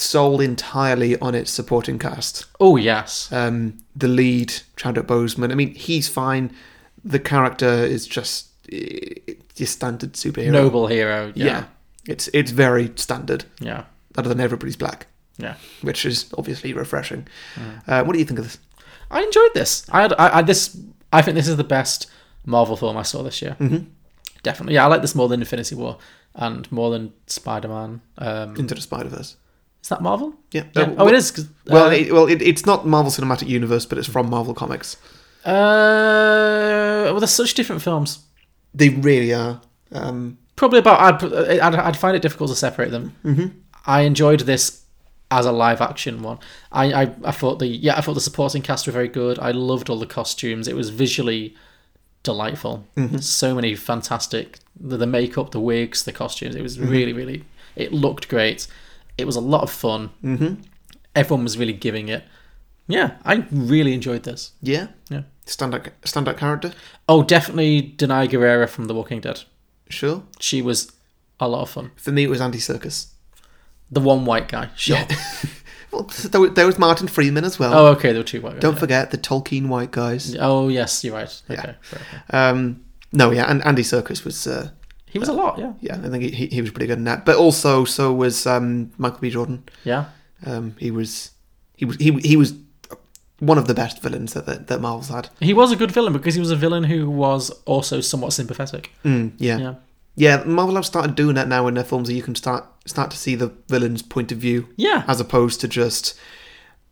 sold entirely on its supporting cast.
Oh yes.
Um, the lead, Chadwick Boseman. I mean, he's fine. The character is just i- it's your standard superhero.
Noble hero.
yeah. It's it's very standard.
Yeah.
Other than everybody's black
Yeah.
which is obviously refreshing.
Hmm.
Uh, what do you think of this?
I enjoyed this. I had I, I this. I think this is the best Marvel film I saw this year. Mm-hmm. Definitely. Yeah, I like this more than Infinity War and more than Spider Man. Um,
Into the Spider Verse.
is that Marvel?
Yeah.
Yeah.
Uh,
Oh, it is. 'cause,
Well,
uh,
it, well, it, it's not Marvel Cinematic Universe, but it's from Marvel Comics.
uh, well, they're such different films.
They really are. Um,
Probably about. I'd, put- I'd, I'd find it difficult to separate them. Mm-hmm. I enjoyed this as a live action one. I, I I thought the yeah I thought the supporting cast were very good. I loved all the costumes. It was visually delightful. So many fantastic the, the makeup, the wigs, the costumes. It was really really it looked great. It was a lot of fun.
mhm.
Everyone was really giving it. Mm-hmm. Yeah, I really enjoyed this.
Yeah.
Yeah.
Standout standout character.
Oh, definitely Denai Guerrera from The Walking Dead.
Sure.
She was a lot of fun.
For me, it was Andy Circus.
The one white guy. Sure.
Well, there, was- there was Martin Freeman as well.
Oh, okay. There were two white guys.
Don't
yeah.
forget the Tolkien white guys.
Oh yes, you're right. Okay. fair enough.
Um, no, yeah, and Andy Circus was. Uh,
He was a lot, yeah.
yeah, I think he, he, he was pretty good in that. But also, so was um, Michael B. Jordan.
Yeah.
Um, he was he was he, he was one of the best villains that that, that Marvel's had.
He was a good villain because he was a villain who was also somewhat sympathetic.
Mm, yeah. yeah,
Yeah.
Marvel have started doing that now in their films, that you can start start to see the villain's point of view
Yeah.
as opposed to just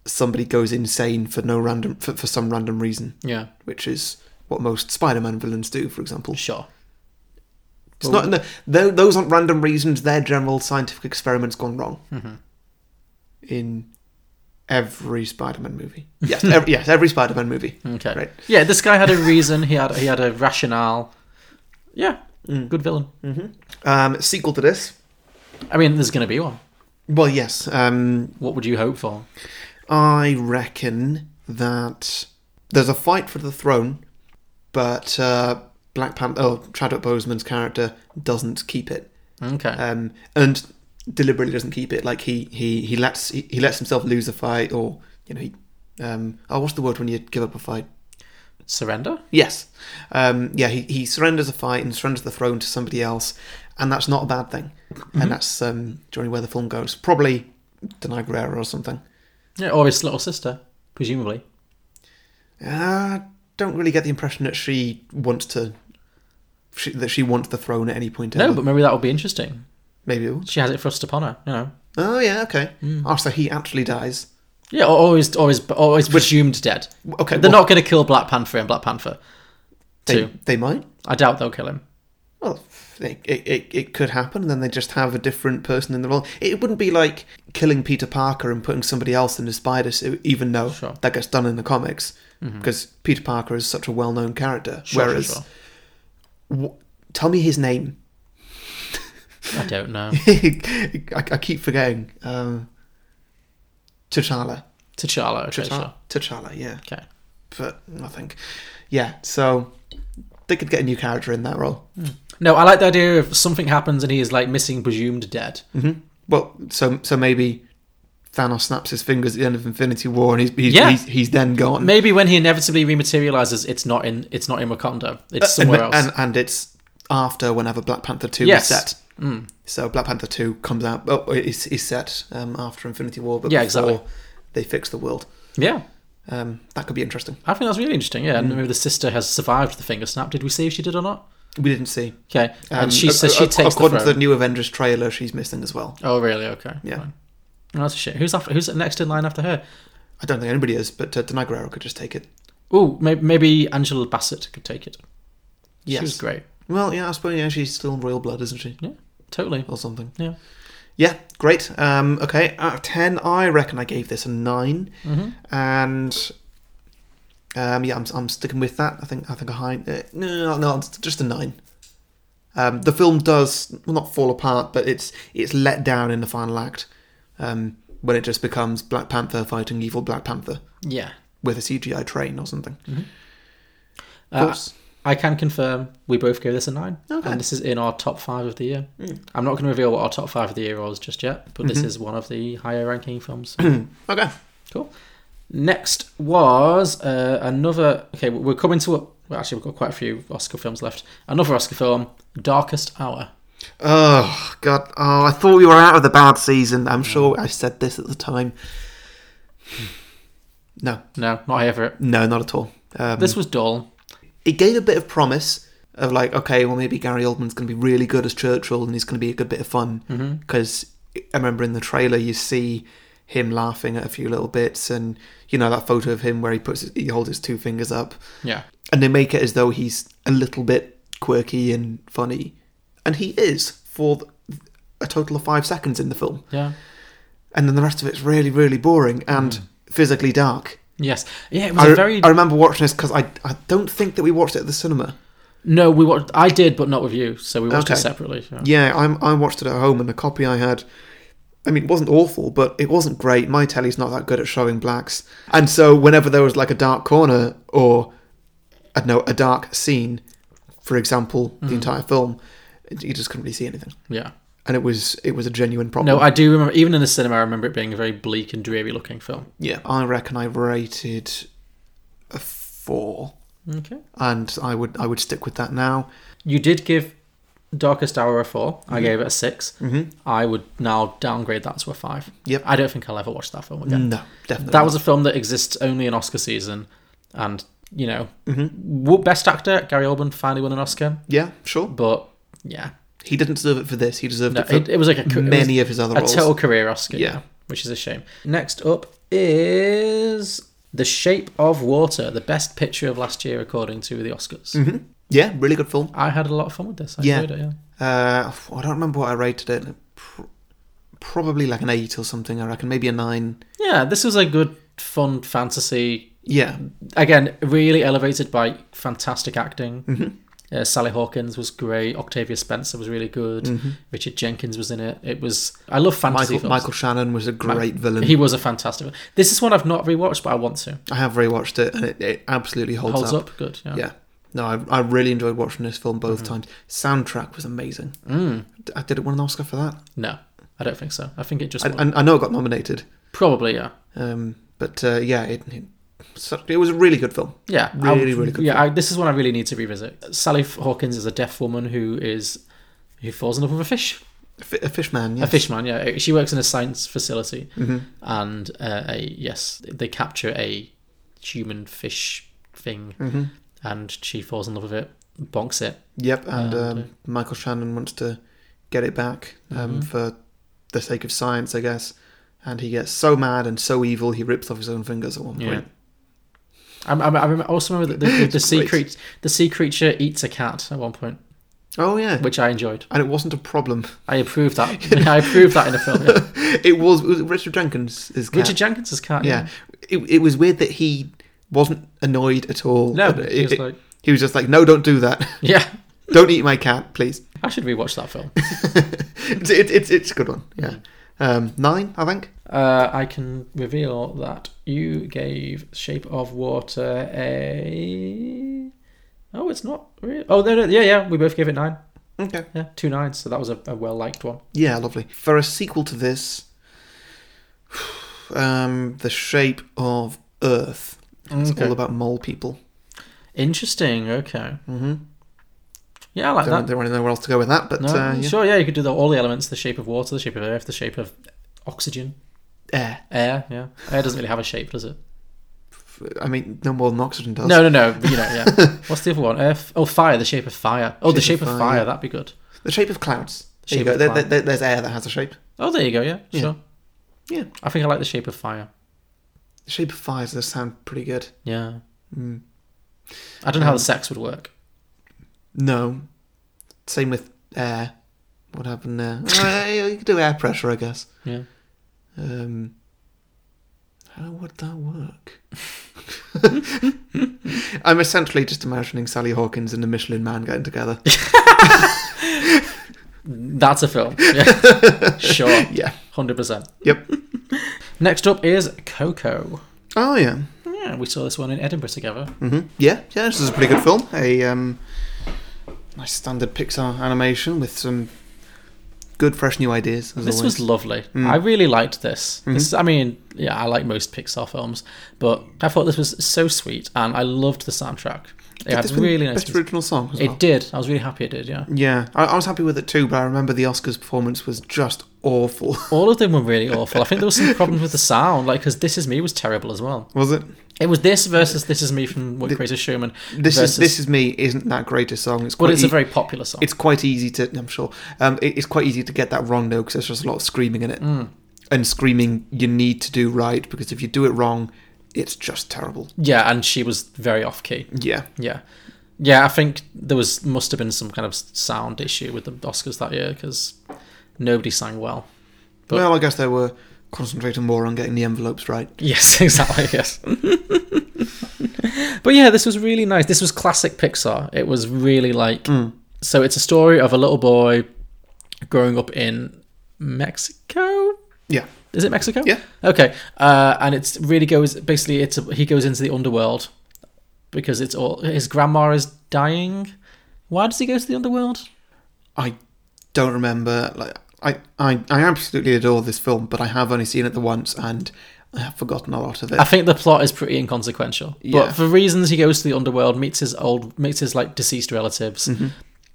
somebody goes insane for no random for, for some random reason,
Yeah.
which is what most Spider-Man villains do, for example.
Sure.
It's not no, tho- those aren't random reasons; they're general scientific experiments gone wrong. In every Spider-Man movie, yes, every, yes, every Spider-Man movie.
Okay.
Right.
Yeah, this guy had a reason, he had he had a rationale. Yeah. Good villain.
Um, sequel to this,
I mean, there's gonna be one.
Well, yes. Um,
What would you hope for?
I reckon that there's a fight for the throne, but uh, Black Panther, oh, Chadwick Boseman's character doesn't keep it,
Okay.
um, and deliberately doesn't keep it. Like he he he lets he, he lets himself lose a fight, or you know, he, um, oh, what's the word when you give up a fight?
Surrender?
Yes, um, yeah. He he surrenders a fight and surrenders the throne to somebody else, and that's not a bad thing.
Mm-hmm.
And that's um, generally where the film goes. Probably Denai Guerrero or something.
Yeah, or his little sister, presumably.
I don't really get the impression that she wants to. She, that she wants the throne at any point.
No,
ever.
but maybe that would be interesting.
maybe. It will.
She has it thrust upon her, you know.
Oh yeah, okay.
Mm.
Oh, so he actually dies.
Yeah, or always always always presumed dead.
Okay,
They're
well,
not gonna kill Black Panther and Black Panther.
They,
Two.
they might.
I doubt they'll kill him.
well, it, it, it, it could happen, and then they just have a different person in the role. It wouldn't be like killing Peter Parker and putting somebody else in as spider, suit, even though
Sure. Mm-hmm.
that gets done in the comics, because Peter Parker is such a well known character.
Sure, sure,
Whereas,
sure.
w- tell me his name.
I don't know.
I, I keep forgetting. Um, T'Challa.
T'Challa. Okay, sure.
T'Challa. T'Challa, yeah.
Okay.
But I think. Yeah, so they could get a new character in that role.
No, I like the idea of something happens and he is like missing, presumed dead.
Mm-hmm. Well, so so maybe Thanos snaps his fingers at the end of Infinity War, and he's he's
Yeah.
he's, he's then gone.
Maybe when he inevitably rematerializes, it's not in it's not in Wakanda.
Uh,
It's
and,
somewhere else.
and and it's after whenever Black Panther two
Yes.
is set.
Mm.
So Black Panther two comes out. Oh, is is set um, after Infinity War, but
Yeah,
before
exactly.
they fix the world.
Yeah,
Um, that could be interesting.
I think that's really interesting. Yeah,
Mm-hmm.
and maybe the sister has survived the finger snap. Did we see if she did or not?
We didn't see.
Okay,
Um,
and she
a-
says
a-
she
a-
takes the
according
throne.
to the new Avengers trailer, she's missing as well.
Oh, really? Okay.
Yeah.
Fine. Oh, that's a shit. Who's after? Who's next in line after her?
I don't think anybody is, but uh, Denai Guerrero could just take it.
Oh, maybe, maybe Angela Bassett could take it. She was
Yes.
great.
Well, yeah, I suppose yeah, she's still in royal blood, isn't she?
Totally.
or something.
Yeah.
Yeah, great. Um, okay, out of 10, I reckon I gave this a 9.
hmm
And um, yeah, I'm, I'm sticking with that. I think I think a high. Uh, no, no, no, it's just a 9. Um, the film does well, not fall apart, but it's it's let down in the final act um, when it just becomes Black Panther fighting evil Black Panther
Yeah.
with a CGI train or something. Of
Uh,
course.
I can confirm we both gave this a nine,
Okay.
and this is in our top five of the year.
Mm.
I'm not going to reveal what our top five of the year was just yet, but this
Mhm.
is one of the higher ranking films.
okay.
Next was uh, another. Okay, we're coming to a. Well, actually, we've got quite a few Oscar films left. Another Oscar film, Darkest Hour.
Oh God! Oh, I thought we were out of the bad season. I'm sure I said this at the time. No,
No, not here for it.
no, not at all. Um,
This was dull.
it gave a bit of promise of like, okay, well maybe Gary Oldman's going to be really good as Churchill, and he's going to be a good bit of fun.
Mhm.
Because I remember in the trailer you see him laughing at a few little bits, and you know that photo of him where he puts his, he holds his two fingers up,
Yeah.
and they make it as though he's a little bit quirky and funny, and he is for th- a total of five seconds in the film
Yeah.
and then the rest of it's really, really boring and physically dark.
Yes. Yeah, it was
I,
Hmm. a very.
I remember watching this because I, I don't think that we watched it at the cinema.
no, we watched. I did, but not with you. So we watched it
Okay.
separately. Yeah.
Yeah, I'm, I watched it at home, and the copy I had, I mean, it wasn't awful, but it wasn't great. My telly's not that good at showing blacks, and so whenever there was like a dark corner or I don't know a dark scene, for example,
Mm-hmm.
the entire film, you just couldn't really see anything,
Yeah.
and it was it was a genuine problem.
No, I do remember. Even in the cinema, I remember it being a very bleak and dreary looking film.
yeah, I reckon I rated a four.
Okay.
and I would I would stick with that now.
You did give Darkest Hour a 4
Mm-hmm.
I gave it a six.
Mhm.
I would now downgrade that to a five.
Yep.
I don't think I'll ever watch that film again.
No, definitely.
That was a film that exists only in Oscar season, and you know,
Mm-hmm.
w- best actor Gary Oldman finally won an Oscar,
yeah, sure.
but yeah,
He didn't deserve it for this. He deserved
no,
it for
it, it was like a ca- it was
many of his other
a
roles.
total career Oscar,
Yeah.
yeah, which is a shame. Next up is The Shape of Water, the best picture of last year according to the Oscars.
Mm-hmm. yeah, really good film.
I had a lot of fun with this. I
Mm. Yeah.
enjoyed it. Yeah.
Uh, I don't remember what I rated it. Pr- probably like an eight or something. I reckon maybe a nine.
Yeah, this was a good, fun fantasy.
Yeah,
Again, really elevated by fantastic acting.
Mm-hmm.
Uh, Sally Hawkins was great. Octavia Spencer was really good. Richard Jenkins was in it. It was. I love
Mm-hmm.
fantasy
Michael
films.
Michael Shannon was a great villain.
He was a fantastic. This is one I've not rewatched, but I want to.
I have rewatched it, and it, it absolutely holds,
Holds
up.
up. good. Yeah.
Yeah. No, I, I really enjoyed watching this film both
Mm-hmm.
times. Soundtrack was amazing.
Mm.
D- I did it win an Oscar for that.
No, I don't think so. I think it just
I,
won.
I, I know it got nominated,
probably yeah.
Um, but uh, yeah, it, it so- it was a really good film.
Yeah,
Really, really good
Yeah, I, this is one I really need to revisit. Sally Hawkins is a deaf woman who is who falls in love with a fish.
A fi- a Fishman, yes.
A fishman, yeah. She works in a science facility,
Mhm.
and uh, a yes, they capture a human fish thing,
Mhm.
and she falls in love with it, bonks it.
Yep, and
Uh,
um,
okay. Mm-hmm.
Michael Shannon wants to get it back um, for the sake of science, I guess. And he gets so mad and so evil, he rips off his own fingers at one
Yeah.
point.
I, I, I remember, also remember that the, the, the sea
Great.
creature, the sea creature eats a cat at one point.
Oh yeah,
which I enjoyed.
and it wasn't a problem.
I approved that. I approved that in the film. yeah.
it was, was it Richard Jenkins' his cat.
Richard Jenkins's cat.
yeah, it, it was weird that he wasn't annoyed at all.
No,
It-
he was
it-
like-
he was just like, no, don't do that.
Yeah.
don't eat my cat, please.
I should rewatch that film.
it's, it, it's it's a good one. Yeah,
Mm-hmm.
um, nine, I think.
Uh, I can reveal that you gave Shape of Water a. Oh, it's not. Re- oh, no, no, yeah, yeah. We both gave it nine.
Okay.
Yeah, two nines. So that was a, a well liked one.
Yeah, lovely. For a sequel to this, um, the shape of Earth. It's
Okay.
all about mole people.
Interesting. Okay.
hmm
Yeah, I like
Don't,
Mm-hmm. that.
don't really know where else to go with that, but
Uh-huh. No,
uh, yeah.
sure. Yeah, you could do the, all the elements: the shape of water, the shape of earth, the shape of oxygen,
air.
air. Yeah, air doesn't really have a shape, does it?
I mean, no more than oxygen does.
No, no, no. You know, yeah. What's the other one? Earth. Oh, fire. The shape of fire. Oh, the shape of fire. That'd be good.
The shape of clouds. There you
Shape
go.
of
There-
cloud.
there- there's air that has a shape.
Oh, there you go. Yeah,
Yeah.
sure.
Yeah.
I think I like the shape of fire.
The shape of fires does sound pretty good.
Yeah.
Mm.
I don't know how
Um,
the sex would work.
No. Same with air. What happened there? Uh, you could do air pressure, I guess.
Yeah.
Um, how would that work? I'm essentially just imagining Sally Hawkins and the Michelin Man getting together.
That's a film. Yeah. sure.
Yeah.
Hundred percent.
Yep.
Next up is Coco.
Oh yeah.
Yeah, we saw this one in Edinburgh together.
hmm Yeah. Yeah. This is a pretty good film. A um, nice standard Pixar animation with some good, fresh new ideas. As
This
always. Hmm.
was lovely.
Mm.
I really liked this. This, I mean, yeah, I like most Pixar films, but I thought this was so sweet, and I loved the soundtrack. It
Did
had
this win
really nice.
best original song. As well.
It did. I was really happy it did. Yeah,
Yeah, I, I was happy with it too, but I remember the Oscars performance was just awful.
all of them were really awful. I think there was some problems with the sound, like because "This Is Me" was terrible as well.
was it?
It was this versus "This Is Me" from What Greatest Showman.
This is
versus-
this is me. Isn't that greatest song? It's
But
quite
it's a
e-
very popular song.
it's quite easy to i'm sure um, it- it's quite easy to get that wrong though because there's just a lot of screaming in it and screaming you need to do right because if you do it wrong it's just terrible
Yeah, and she was very off key.
yeah
Yeah, yeah. I think there was must have been some kind of s- sound issue with the Oscars that year because nobody sang well. But-
well i guess they were concentrating more on getting the envelopes right
Yes, exactly. Yes. but yeah, this was really nice. This was classic Pixar. It was really like so. It's a story of a little boy growing up in Mexico.
yeah
Is it Mexico?
Yeah.
Okay. Uh, and it's really goes basically. It's a, he goes into the underworld because it's all his grandma is dying. Why does he go to the underworld?
i don't remember like I, I, I absolutely adore this film, but I have only seen it the once and I have forgotten a lot of it.
I think the plot is pretty inconsequential.
Yeah.
But for reasons he goes to the underworld, meets his old meets his like deceased relatives,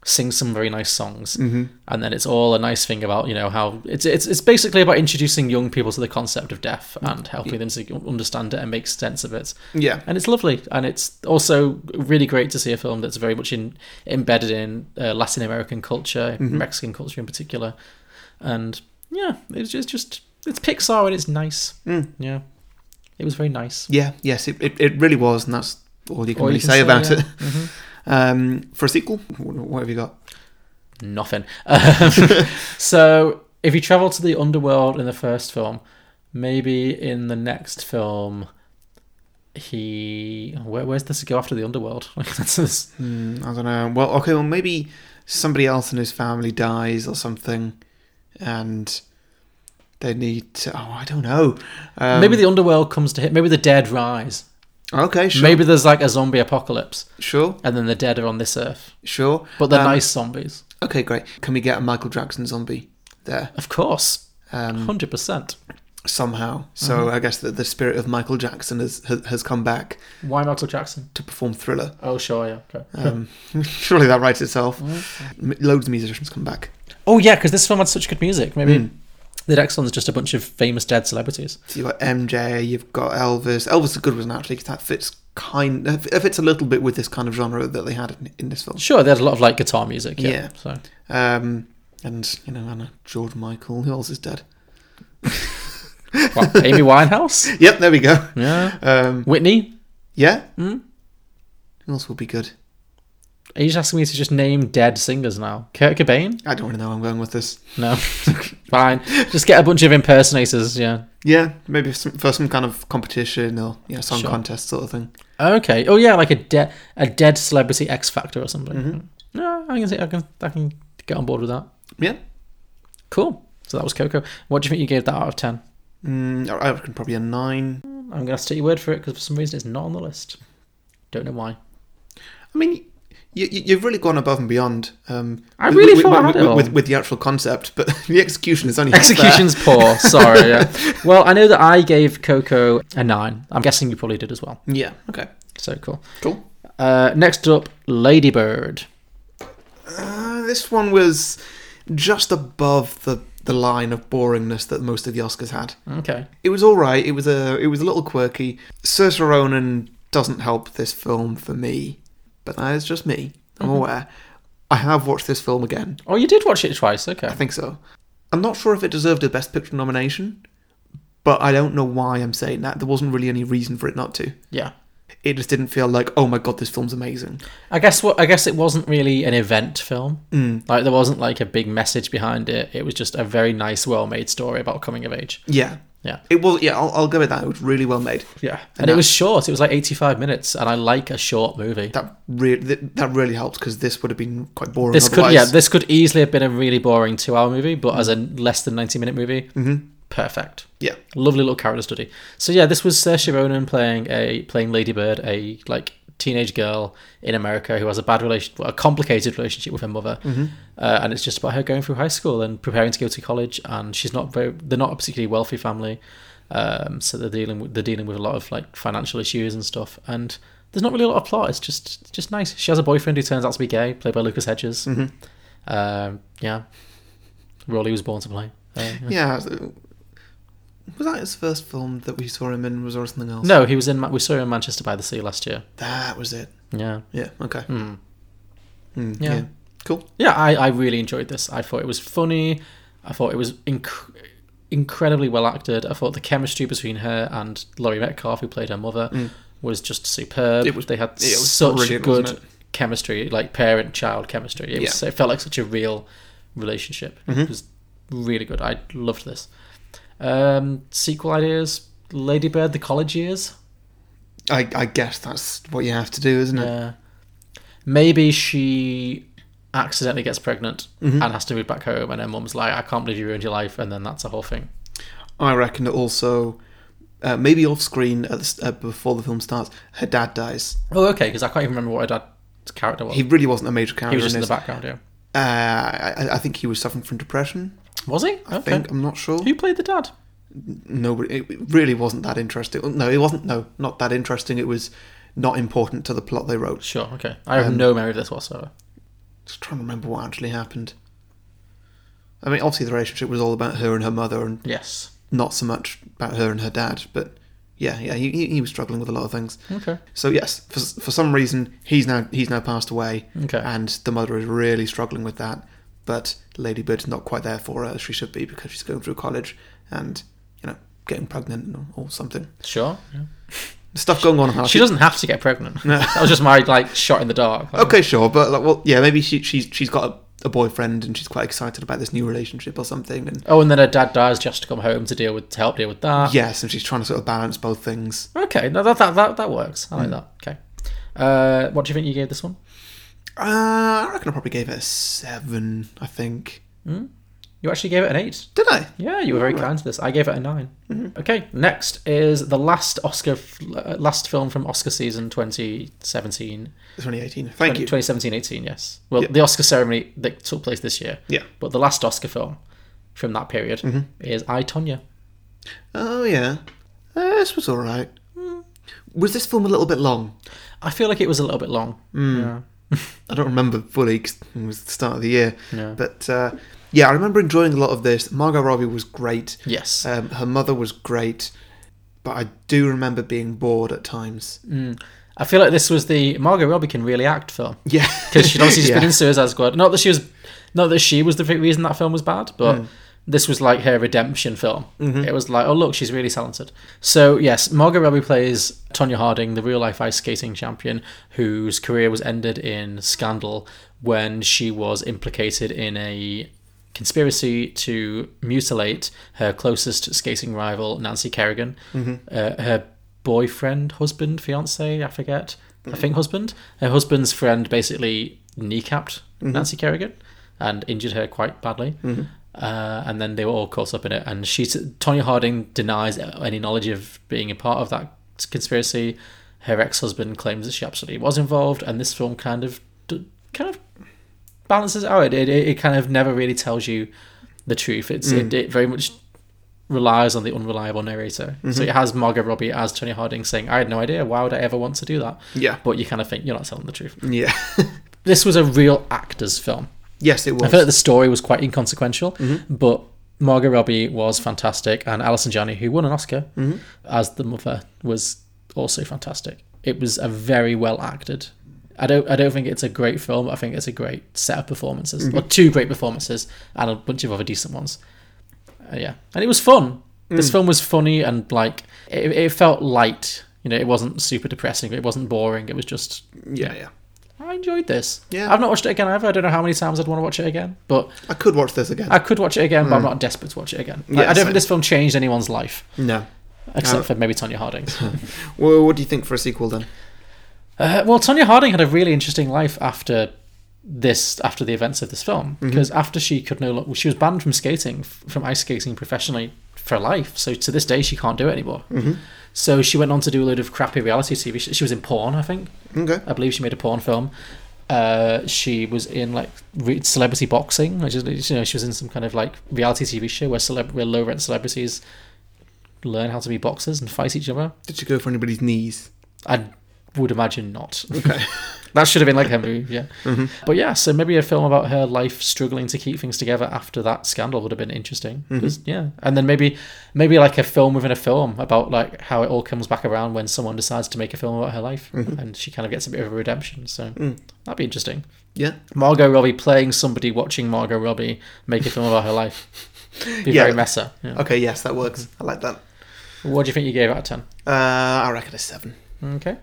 sings some very nice songs.
Mm-hmm.
And then it's all a nice thing about, you know, how it's it's it's basically about introducing young people to the concept of death and helping them to understand it and make sense of it.
yeah.
And it's lovely, and it's also really great to see a film that's very much in, embedded in uh, Latin American culture, Mexican culture in particular. And yeah, it's just, just it's Pixar and it's nice.
Mm.
Yeah, it was very nice.
Yeah, yes, it, it, it really was, and that's all you can
All
really
you can
say,
say,
about
yeah.
it. Um, for a sequel, wh- what have you got? Mm-hmm.
Nothing. Um, so if you travel to the underworld in the first film, maybe in the next film. He where, where's this go after the underworld? That's- that's-
Mm, I don't know. Well, okay, well, maybe somebody else in his family dies or something, and they need to. Oh, I don't know. Um,
maybe the underworld comes to hit. Maybe the dead rise.
Okay, sure.
Maybe there's like a zombie apocalypse,
Sure,
and then the dead are on this earth,
sure.
but they're
Um,
nice zombies,
Okay, great. Can we get a Michael Jackson zombie there
of course,
um,
hundred percent.
somehow? So
Uh-huh.
I guess that the spirit of Michael Jackson has, has, has come back
Why Michael Jackson?
to perform Thriller.
Oh sure, yeah. Okay.
Um, surely that writes itself. M- Loads of musicians come back.
Oh yeah, because this film had such good music. Maybe
Mm.
the next one's just a bunch of famous dead celebrities.
So you've got MJ, you've got Elvis. Elvis the good one actually because that fits kind. It fits a little bit with this kind of genre that they had in, in this film.
Sure, they had a lot of like guitar music. Yeah.
Yeah.
So
Um, and you know, Anna George Michael. Who else is dead?
What, Amy Winehouse.
Yep, there we go.
Yeah.
Um,
Whitney.
yeah.
Mm.
Who else would be good?
Are you just asking me to just name dead singers now? Kurt Cobain?
I don't want to know where I'm going with this.
No. Fine. Just get a bunch of impersonators, yeah.
Yeah, maybe some, for some kind of competition or you know, song
Sure.
contest sort of thing.
Okay. Oh yeah, like a dead a dead celebrity X Factor or something. No, I can see I can I can get on board with that.
Yeah,
Cool. So that was Coco. What do you think you gave that out of ten?
mm, I I reckon probably a nine.
I'm gonna have to take your word for it because for some reason it's not on the list. Don't know why.
I mean, you, you, you've really gone above and beyond. Um,
I
with-
really
with,
thought I
with,
had it
with,
all.
with, with the actual concept, but the execution is only half there.
Execution's poor. Sorry. Yeah. Well, I know that I gave Coco a nine. I'm guessing you probably did as well.
Yeah. Okay.
So cool.
Cool.
Uh, next up, Ladybird.
Uh, this one was just above the the line of boringness that most of the Oscars had.
Okay.
It was all right. It was a it was a little quirky. Saoirse Ronan doesn't help this film for me, but that is just me. I'm
Mm-hmm.
aware. I have watched this film again.
Oh, you did watch it twice.
I
Okay.
think so. I'm not sure if it deserved a Best Picture nomination, but I don't know why I'm saying that. There wasn't really any reason for it not to.
Yeah.
It just didn't feel like, oh my god, this film's amazing.
I guess what I guess it wasn't really an event film.
Mm.
Like there wasn't like a big message behind it. It was just a very nice, well-made story about coming of age.
Yeah,
Yeah.
it was. Yeah, I'll, I'll go with that. It was really well made.
Yeah. And,
And
it
that-
was short. It was like 85 minutes, and I like a short movie.
That really that, that really helped because this would have been quite boring.
this could
otherwise.
yeah, this could easily have been a really boring 2-hour movie, but as a less than 90-minute movie,
Mm-hmm.
perfect.
yeah,
Lovely little character study. So yeah, this was Saoirse Ronan playing a playing Lady Bird, a like teenage girl in America who has a bad relation, well, a complicated relationship with her mother, uh, and it's just about her going through high school and preparing to go to college. And she's not very, they're not a particularly wealthy family, um, so they're dealing with they're dealing with a lot of like financial issues and stuff. And there's not really a lot of plot. It's just just nice. She has a boyfriend who turns out to be gay, played by Lucas Hedges.
Mm.
Um, yeah, role he was born to play. Uh,
yeah. so- Was that his first film that we saw him in? Was there something else?
no, he was in. Ma- We saw him in Manchester by the Sea last year.
that was it.
Yeah.
Yeah. Okay.
Mm.
Mm,
Yeah.
yeah. Cool.
Yeah, I, I really enjoyed this. I thought it was funny. I thought it was inc- incredibly well acted. I thought the chemistry between her and Laurie Metcalf, who played her mother, was just superb.
Mm. It was-
they had
it was
such
brilliant, wasn't
good
it?
chemistry, like parent child chemistry. It, was, it felt like such a real relationship.
Mm-hmm.
It was really good. I loved this. Um, sequel ideas Ladybird, The College Years.
I, I guess that's what you have to do, isn't it?
Yeah. Maybe she accidentally gets pregnant
Mm-hmm.
and has to move back home, and her mum's like, "I can't believe you ruined your life," and then that's a whole thing.
I reckon that also, uh, maybe off screen at the, s- uh, before the film starts, her dad dies.
Oh, okay, because I can't even remember what her dad's character was.
He
He,
really wasn't a major character.
was just
in
in the
this.
background, yeah.
Uh, I, I- I think he was suffering from depression.
Was he?
I
okay.
think I'm not sure.
Who played the dad?
Nobody. It really wasn't that interesting. Oh, No, it wasn't. No, not that interesting. It was not important to the plot they wrote.
Sure. Okay, I
Um,
have no memory of this whatsoever.
Just trying to remember what actually happened. I mean, obviously the relationship was all about her and her mother, and
Yes.
not so much about her and her dad. But yeah, yeah, he, he, he was struggling with a lot of things.
Okay.
So yes, for, for some reason he's now he's now passed away,
Okay.
and the mother is really struggling with that. But Lady Bird's not quite there for her as she should be because she's going through college and you know getting pregnant or, or something.
Sure. yeah.
Stuff going on. in her
She
life.
doesn't have to get pregnant. that was just my like shot in the dark. Like,
Okay, sure, but like, well, yeah, maybe she she's she's got a, a boyfriend and she's quite excited about this new relationship or something. And
Oh, and then her dad dies just to come home to deal with to help deal with that.
yes, and she's trying to sort of balance both things.
Okay. No, that that that, that works.
Mm.
I like that. Okay. Uh, what do you think you gave this one?
Uh, I reckon I probably gave it a seven. I think
You actually gave it an eight.
did I?
Yeah, you were very kind to this. I gave it a 9
Mm-hmm.
Okay, next is the last Oscar, f- uh, last film from Oscar season 2017,
It's only eighteen. Thank you.
2017-18. Yes, well,
Yeah.
the Oscar ceremony that took place this year.
Yeah. Mm-hmm.
but the last Oscar film from that period is I Tonya.
Oh yeah, Uh, this was all right. Hmm. Was this film a little bit long?
I feel like it was a little bit long.
Mm. I don't remember fully 'cause it was the start of the year.
Yeah.
But uh, yeah, I remember enjoying a lot of this. Margot Robbie was great.
Yes.
Um, her mother was great, but I do remember being bored at times.
I feel like this was the Margot Robbie can really act film.
Yeah,
because she'd obviously just
yeah.
been in Suicide Squad. Not that she was, not that she was the reason that film was bad, but this was like her redemption film. It was like, oh look, she's really talented. So yes, Margot Robbie plays Tonya Harding, the real life ice skating champion, whose career was ended in scandal when she was implicated in a conspiracy to mutilate her closest skating rival, Nancy Kerrigan, uh, her boyfriend, husband, fiance, I forget, I think husband. Her husband's friend basically kneecapped Nancy Kerrigan and injured her quite badly. Uh, and then they were all caught up in it. And she, Tonya Harding denies any knowledge of being a part of that conspiracy. Her ex-husband claims that she absolutely was involved, and this film kind of, d- kind of balances it out. It, it, it kind of never really tells you the truth. It's it, it very much relies on the unreliable narrator. So it has Margot Robbie as Tony Harding saying, "I had no idea. Why would I ever want to do that?"
Yeah.
But you kind of think you're not telling the truth.
Yeah.
This was a real actor's film.
yes, it was.
I feel like the story was quite inconsequential, but Margot Robbie was fantastic, and Alison Janney, who won an Oscar as the mother, was also fantastic. It was a very well acted. I don't. I don't think it's a great film. I think it's a great set of performances, or two great performances, and a bunch of other decent ones. Uh, yeah, and it was fun. This film was funny and like it, it felt light. You know, it wasn't super depressing. It wasn't boring. It was just
yeah, yeah.
I enjoyed this.
Yeah.
I've not watched it again either. I don't know how many times I'd want to watch it again, but
I could watch this again.
I could watch it again, but I'm not desperate to watch it again. I-
Yeah,
I, don't
same.
think this film changed anyone's life,
no.
except
Uh,
for maybe Tonya Harding's.
Well, what do you think for a sequel then?
uh, well, Tonya Harding had a really interesting life after this, after the events of this film, because after she could no longer, she was banned from skating, f- from ice skating professionally for life. So to this day, she can't do it anymore. So she went on to do a load of crappy reality TV. She, she was in porn, I think.
Okay.
I believe she made a porn film. Uh, she was in like re- celebrity boxing, which is you know she was in some kind of like reality TV show where celeb- where low rent celebrities learn how to be boxers and fight each other.
Did you go for anybody's knees?
I would imagine not.
Okay. Mm-hmm.
that should have been like her movie, yeah. But yeah, so maybe a film about her life struggling to keep things together after that scandal would have been interesting.
Mm-hmm.
'Cause, Yeah, and then maybe maybe like a film within a film about like how it all comes back around when someone decides to make a film about her life
Mm-hmm.
and she kind of gets a bit of a redemption. So
Mm.
that'd be interesting.
Yeah.
Margot Robbie playing somebody watching Margot Robbie make a film about her life. Be
Yeah.
very messer. Yeah.
Okay. Yes, that works. I like that.
What do you think you gave out of ten?
Uh, I reckon a seven.
Okay.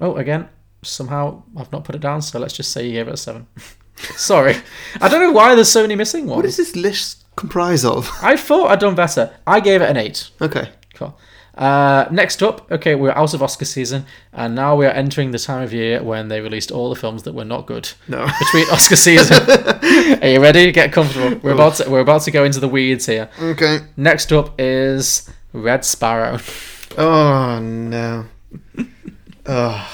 Oh, again, somehow I've not put it down, so let's just say you gave it a seven. Sorry. I don't know why there's so many missing ones.
What does this list comprise of?
I thought I'd done better. I gave it an eight.
Okay.
Cool. Uh, next up, okay, we're out of Oscar season, and now we are entering the time of year when they released all the films that were not good.
No.
Between Oscar season, are you ready? Get comfortable. We're about to, we're about to go into the weeds here.
Okay.
Next up is Red Sparrow.
Oh no. Ugh.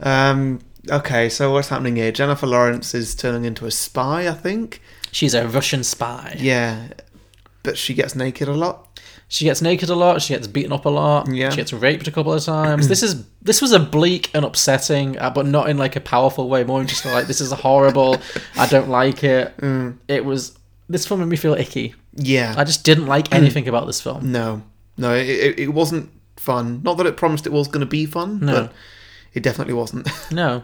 Um. Okay. So what's happening here? Jennifer Lawrence is turning into a spy. I think.
She's a Russian spy.
Yeah. But she gets naked a lot.
She gets naked a lot. She gets beaten up a lot.
Yeah.
She gets raped a couple of times. this is this was a bleak and upsetting, uh, but not in like a powerful way. More just like this is horrible. I don't like it. It was this film made me feel icky.
Mm. Yeah. Mm.
I just didn't like anything about this film.
No. No. It, it, it wasn't fun. Not that it promised it was going to be fun.
No.
But it definitely wasn't.
No,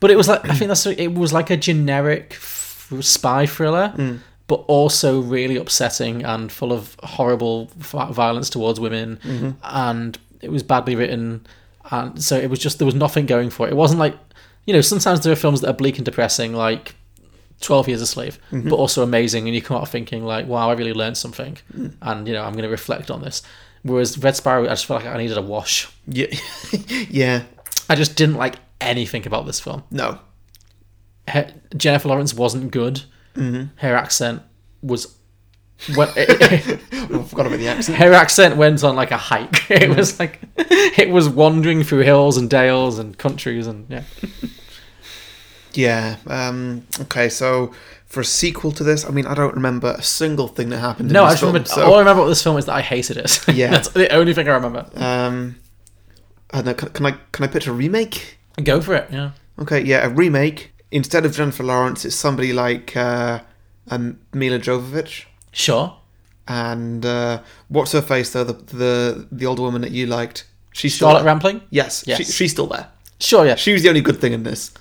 but it was like I think that's it was like a generic f- spy thriller, but also really upsetting and full of horrible f- violence towards women, and it was badly written, and so it was just there was nothing going for it. It wasn't like you know sometimes there are films that are bleak and depressing like. 12 years a slave but also amazing and you come out thinking like wow i really learned something and you know i'm going to reflect on this whereas red sparrow i just felt like i needed a wash
yeah. yeah.
i just didn't like anything about this film
No.
her, Jennifer Lawrence wasn't good.
Mm-hmm.
Her accent was. Well, her
I forgot about the accent.
accent went on like a hike. It was like it was wandering through hills and dales and countries and yeah.
Yeah. Um. Okay. So for a sequel to this, I mean, I don't remember a single thing that happened.
No,
in
I
this
just remember
film, so-
all I remember about this film is that I hated it.
Yeah.
that's the only thing I remember.
Um, I don't know, can, can I can I pitch a remake?
Go for it. Yeah,
Okay, yeah, a remake. Instead of Jennifer Lawrence, it's somebody like uh, um, Mila Jovovich
sure.
and uh, what's her face though the the the older woman that you liked. She's still
Charlotte
there.
Rampling.
yes,
Yes.
She, she's still there.
Sure. Yeah.
She was the only good thing in this.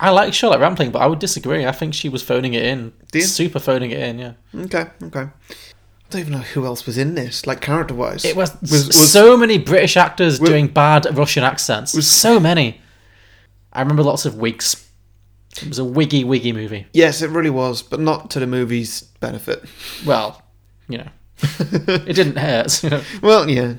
I like Charlotte Rampling, but I would disagree. I think she was phoning it in,
Do you?
super phoning it in. Yeah,
Okay, okay. I don't even know who else was in this, like character wise.
it was,
Was- was-
so many British actors
was-
doing bad Russian accents.
was-
so many. I remember lots of wigs. It was a wiggy wiggy movie.
Yes, it really was, but not to the movie's benefit.
Well, you know, it didn't hurt. You know, it
Well, yeah.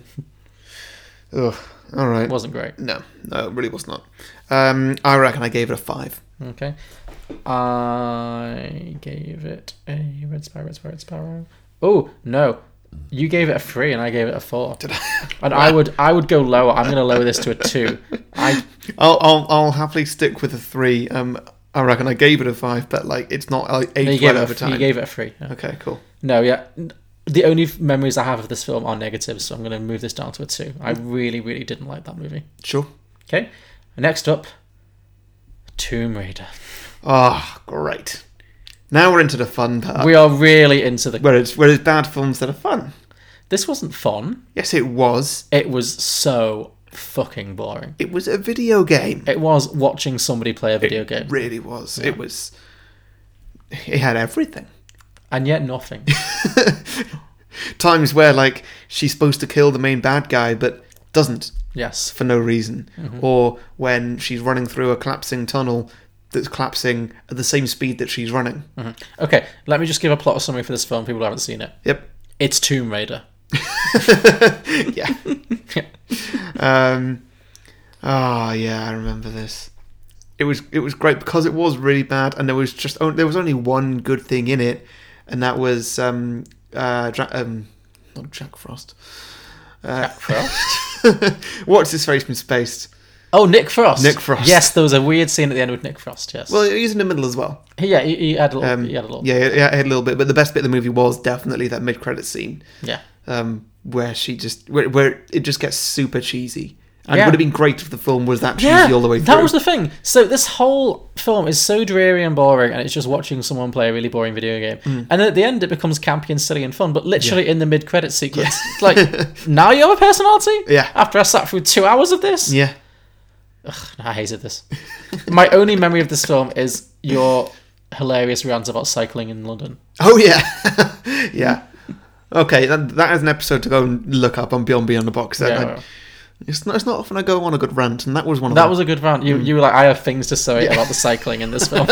Ugh. All right.
wasn't great.
no, no, it really was not. Um, I reckon I gave it a five.
Okay. I gave it a red sparrow, red sparrow, red sparrow. Oh no, you gave it a three and I gave it a four. Did I? And I would, I would go lower. I'm going to lower this to a two. I
I'll, I'll, I'll happily stick with a three. Um, I reckon I gave it a five, but like it's not like
you
aged
gave
well
it,
over
a, you
time.
gave it a three. yeah.
okay, cool.
No, yeah. The only f- memories I have of this film are negative, so I'm going to move this down to a two. I really, really didn't like that movie.
Sure.
Okay. Next up, Tomb Raider.
Ah, great. Now we're into the fun part,
we are really into the.
where it's where it's bad films that are fun.
This wasn't fun.
Yes, it was.
It was so fucking boring.
It was a video game.
It was watching somebody play a video game,
really was. It was. It had everything.
and yet nothing.
Times where like she's supposed to kill the main bad guy, but doesn't
yes,
for no reason, or when she's running through a collapsing tunnel that's collapsing at the same speed that she's running.
Mhm. Okay, let me just give a plot summary for this film. People who haven't seen it.
Yep.
It's Tomb Raider.
yeah. Um. Ah, yeah, I remember this. It was it was great because it was really bad, and there was just oh, there was only one good thing in it, and that was um uh Dra- um not Jack Frost. Uh,
Jack Frost.
what's his face from Space?
Oh, Nick Frost.
Nick Frost.
Yes, there was a weird scene at the end with Nick Frost. Yes.
Well, he's in the middle as well.
He- yeah, he, he had a little.
Um,
he had a little. Yeah.
Yeah, yeah, I had a little bit, but the best bit of the movie was definitely that mid-credit scene, um, where she just where, where it just gets super cheesy. And
Yeah.
it would have been great if the film was that cheesy
Yeah,
all the way through.
that was the thing. So this whole film is so dreary and boring, and it's just watching someone play a really boring video game.
Mm.
And then at the end, it becomes campy and silly and fun. But literally in the mid-credit sequence, it's like now you have a personality.
Yeah.
After I sat through two hours of this,
yeah.
I hated this. My only memory of this film is your hilarious rant about cycling in London.
Oh yeah, yeah. Okay, that, that is an episode to go and look up on Beyond Beyond the Box. Set.
Yeah.
Like, it's not it's not often I go on a good rant, and that was one of
That
them.
was a good rant. You, you were like, I have things to say about the cycling in this film.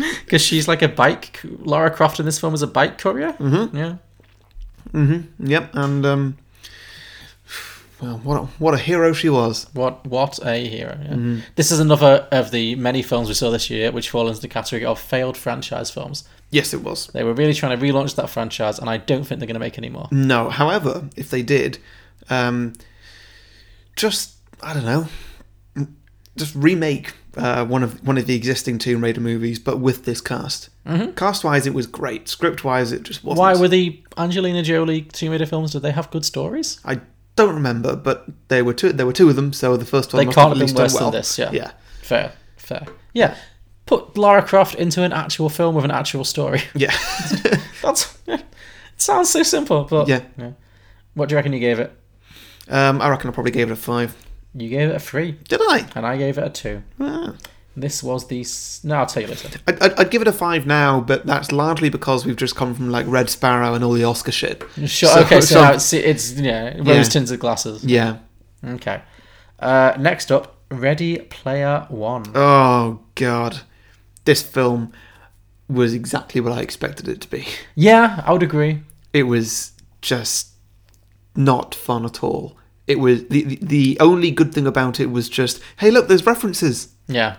Because she's like a bike. Lara Croft in this film is a bike courier. Mm-hmm. Yeah.
Mm-hmm. Yep, and um, well, what a, what a hero she was.
What what a hero. Yeah. This is another of the many films we saw this year which fall into the category of failed franchise films.
Yes, it was.
They were really trying to relaunch that franchise, and I don't think they're going to make any more.
No, however, if they did, um, just I don't know, just remake uh, one of one of the existing Tomb Raider movies, but with this cast. Cast wise, it was great. Script wise, it just wasn't.
Mm-hmm. Why were the Angelina Jolie Tomb Raider films? Did they have good stories?
I don't remember, but there were two. There were two of them, so the first one
They
must
can't
have
have
at least
been
done
worse
well.
than this. Yeah.
Yeah,
Fair. Fair. Yeah. Put Lara Croft into an actual film with an actual story.
yeah.
That's. It sounds so simple, but
Yeah.
What do you reckon you gave it?
um, I reckon I probably gave it a five.
You gave it a three,
Did I?
and I gave it a two.
Ah.
This was the. S- no, I'll tell you later.
I'd, I'd, I'd give it a five now, but that's largely because we've just come from like Red Sparrow and all the Oscar shit.
Sure.
So-
okay, so,
so-
now it's, it's yeah, rose tinted glasses.
Yeah.
Okay. Uh, next up, Ready Player One.
Oh god, this film was exactly what I expected it to be.
Yeah, I would agree.
It was just not fun at all. It was the the, the only good thing about it was just hey look, there's references,
Yeah,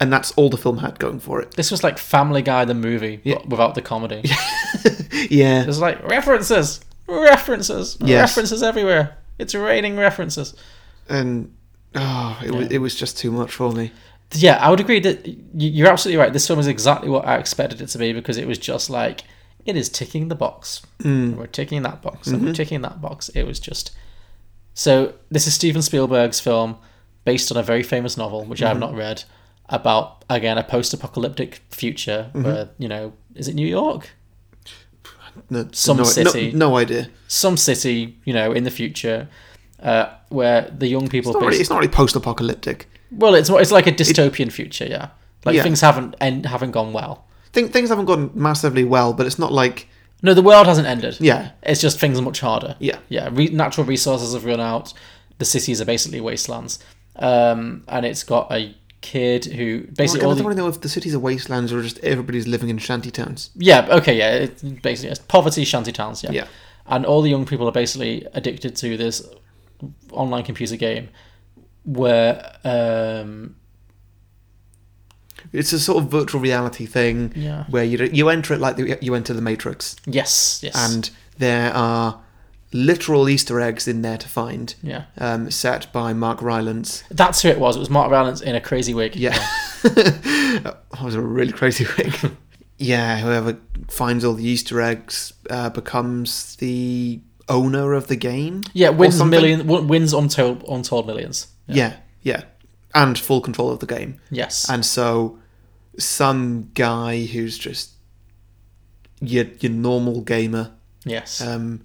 and that's all the film had going for it.
this was like Family Guy the movie, but without the comedy.
Yeah.
There's like references, references,
Yes.
references everywhere. It's raining references.
and oh, it was it was just too much for me.
Yeah, I would agree that y- you're absolutely right. This film is exactly what I expected it to be because it was just like it is ticking the box.
Mm.
We're ticking that box
Mm-hmm.
and we're ticking that box. It was just so. This is Steven Spielberg's film based on a very famous novel, which I have
Mm-hmm.
not read, about again a post-apocalyptic future
Mm-hmm.
where you know is it New York,
No,
Some
no,
city.
No, no idea.
some city you know in the future uh, where the young people
It's not really,
basi-
it's not really post-apocalyptic.
Well, it's it's like a dystopian future, yeah. Like
Yeah.
things haven't and haven't gone well.
Think things haven't gone massively well, but it's not like
No, the world hasn't ended.
yeah,
It's just things are much harder.
Yeah.
Yeah. Re- natural resources have run out. The cities are basically wastelands. Um, and it's got a kid who basically
Like, I
all
don't
the,
want to know if the cities are wastelands or just everybody's living in shanty towns.
yeah okay yeah it's basically it's poverty shanty towns yeah
Yeah.
and all the young people are basically addicted to this online computer game where um
It's a sort of virtual reality thing
yeah
where you you enter it like the, you enter the Matrix,
yes yes
and there are literal Easter eggs in there to find,
yeah
um, set by Mark Rylance.
that's who it was it was Mark Rylance in a crazy wig
Yeah, that was a really crazy wig. yeah, whoever finds all the Easter eggs uh, becomes the owner of the game.
yeah wins
something.
million w- wins untold untold millions
Yeah, yeah, and full control of the game.
yes
And so, some guy who's just your your normal gamer,
yes
um,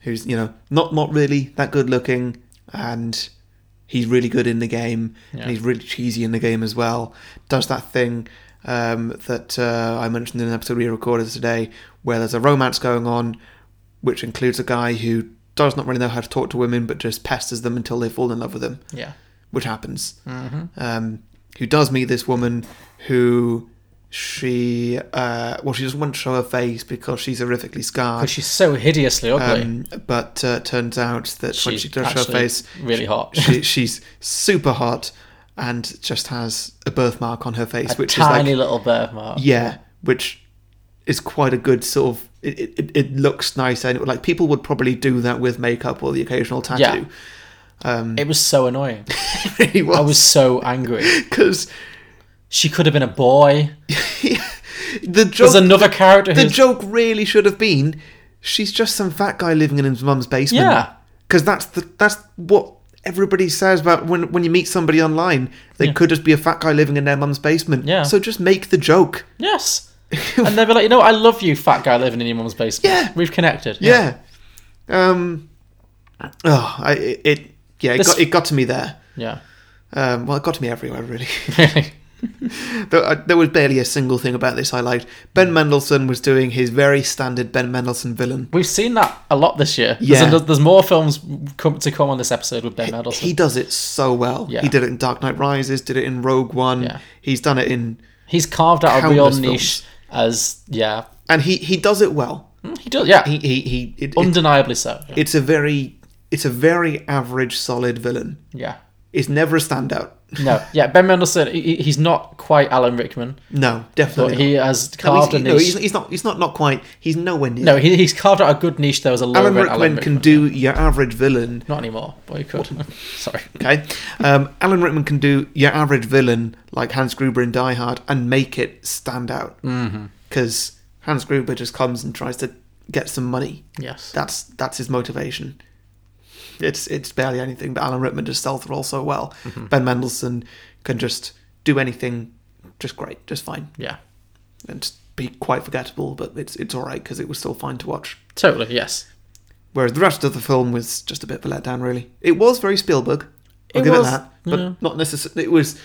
who's you know not not really that good looking, and he's really good in the game,
Yeah.
and he's really cheesy in the game as well. Does that thing um, that uh, I mentioned in an episode we recorded today, where there's a romance going on, which includes a guy who does not really know how to talk to women, but just pesters them until they fall in love with him
yeah
which happens.
Mhm.
Um, who does meet this woman who she uh, well she doesn't want to show her face because she's horrifically
because
scarred.
she's so hideously ugly
Um, but uh, turns out that when
She's
she does show her
actually
face,
really hot
she, she's super hot and just has a birthmark on her face,
a
which is
tiny
like
little birthmark
yeah, which is quite a good sort of. It, it- it, it looks nice and like people would probably do that with makeup or the occasional tattoo. Um,
it was so annoying
it really
I
was
was so angry
because
she could have been a boy
the
There's
joke
another character
the
who's
joke really should have been she's just some fat guy living in his mum's basement.
Yeah.
Because that's the that's what everybody says about when when you meet somebody online, they could just be a fat guy living in their mum's basement.
Yeah.
So just make the joke.
yes, and they'd be like, you know, I love you, fat guy living in your mum's basement.
Yeah.
we've connected.
Yeah. Um Oh, I it, it yeah, it
This-
got it got to me there.
yeah.
Um, well, it got to me everywhere, really.
Really.
there, I, there was barely a single thing about this I liked. Ben Mendelsohn was doing his very standard Ben Mendelsohn villain.
we've seen that a lot this year.
Yeah.
There's, ano- there's more films come, to come on this episode with Ben Mendelsohn.
He does it so well.
Yeah.
He did it in Dark Knight Rises, did it in Rogue One.
Yeah.
He's done it in
He's carved out a real
Countless
niche as yeah,
and he he does it well.
Mm, he does yeah,
He he, he it, it-
undeniably so. Yeah.
it's a very it's a very average solid villain.
yeah.
It's never a standout.
No, yeah, Ben Mendelsohn. he- He, he's not quite Alan Rickman,
No,
but
definitely. not.
he has
No, he's,
carved
no,
a niche.
he's, he's not he's not not quite he's nowhere near
no, he, he's carved out a good niche. There was a low
Alan
rent
Rickman, can do your average villain.
not anymore, but he could. Sorry.
Okay, um, Alan Rickman can do your average villain like Hans Gruber in Die Hard and make it stand out because Hans Gruber just comes and tries to get some money.
Yes.
That's that's his motivation. It's it's barely anything, but Alan Rickman just sells the role so well. Ben Mendelsohn can just do anything, just great, just fine,
Yeah.
and just be quite forgettable. But it's it's all right because it was still fine to watch.
Totally. Yes.
Whereas the rest of the film was just a bit of a letdown, really. It was very Spielberg. I'll
It
give
was,
it that, but
yeah.
not necessarily. It was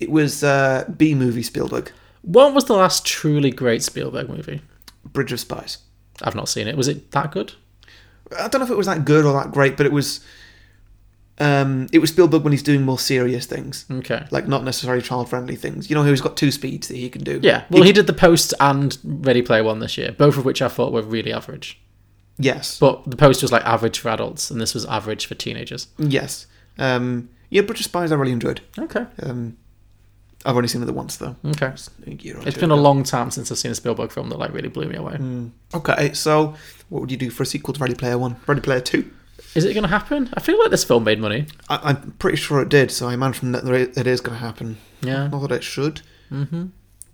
it was uh, B movie Spielberg,
What was the last truly great Spielberg movie?
Bridge of Spies.
I've not seen it. Was it that good?
I don't know if it was that good or that great, but it was. Um, it was Spielberg when he's doing more serious things,
Okay.
like not necessarily child-friendly things. You know, he's got two speeds that he can do.
Yeah. Well, he did The Post and Ready Player One this year, both of which I thought were really average.
yes,
But The Post was like average for adults, and this was average for teenagers.
yes. Um, yeah, Bridge of Spies I really enjoyed.
Okay.
Um, I've only seen it the once though.
Okay.
A year or
Mm. It's
two
been a
ago.
long time since I've seen a Spielberg film that like really blew me away.
Okay, so what would you do for a sequel to Ready Player One? Ready Player Two?
Is it going to happen? I feel like this film made money.
I, I'm pretty sure it did, so I imagine that there i- it is going to happen.
Yeah.
Not that it should.
Mm-hmm.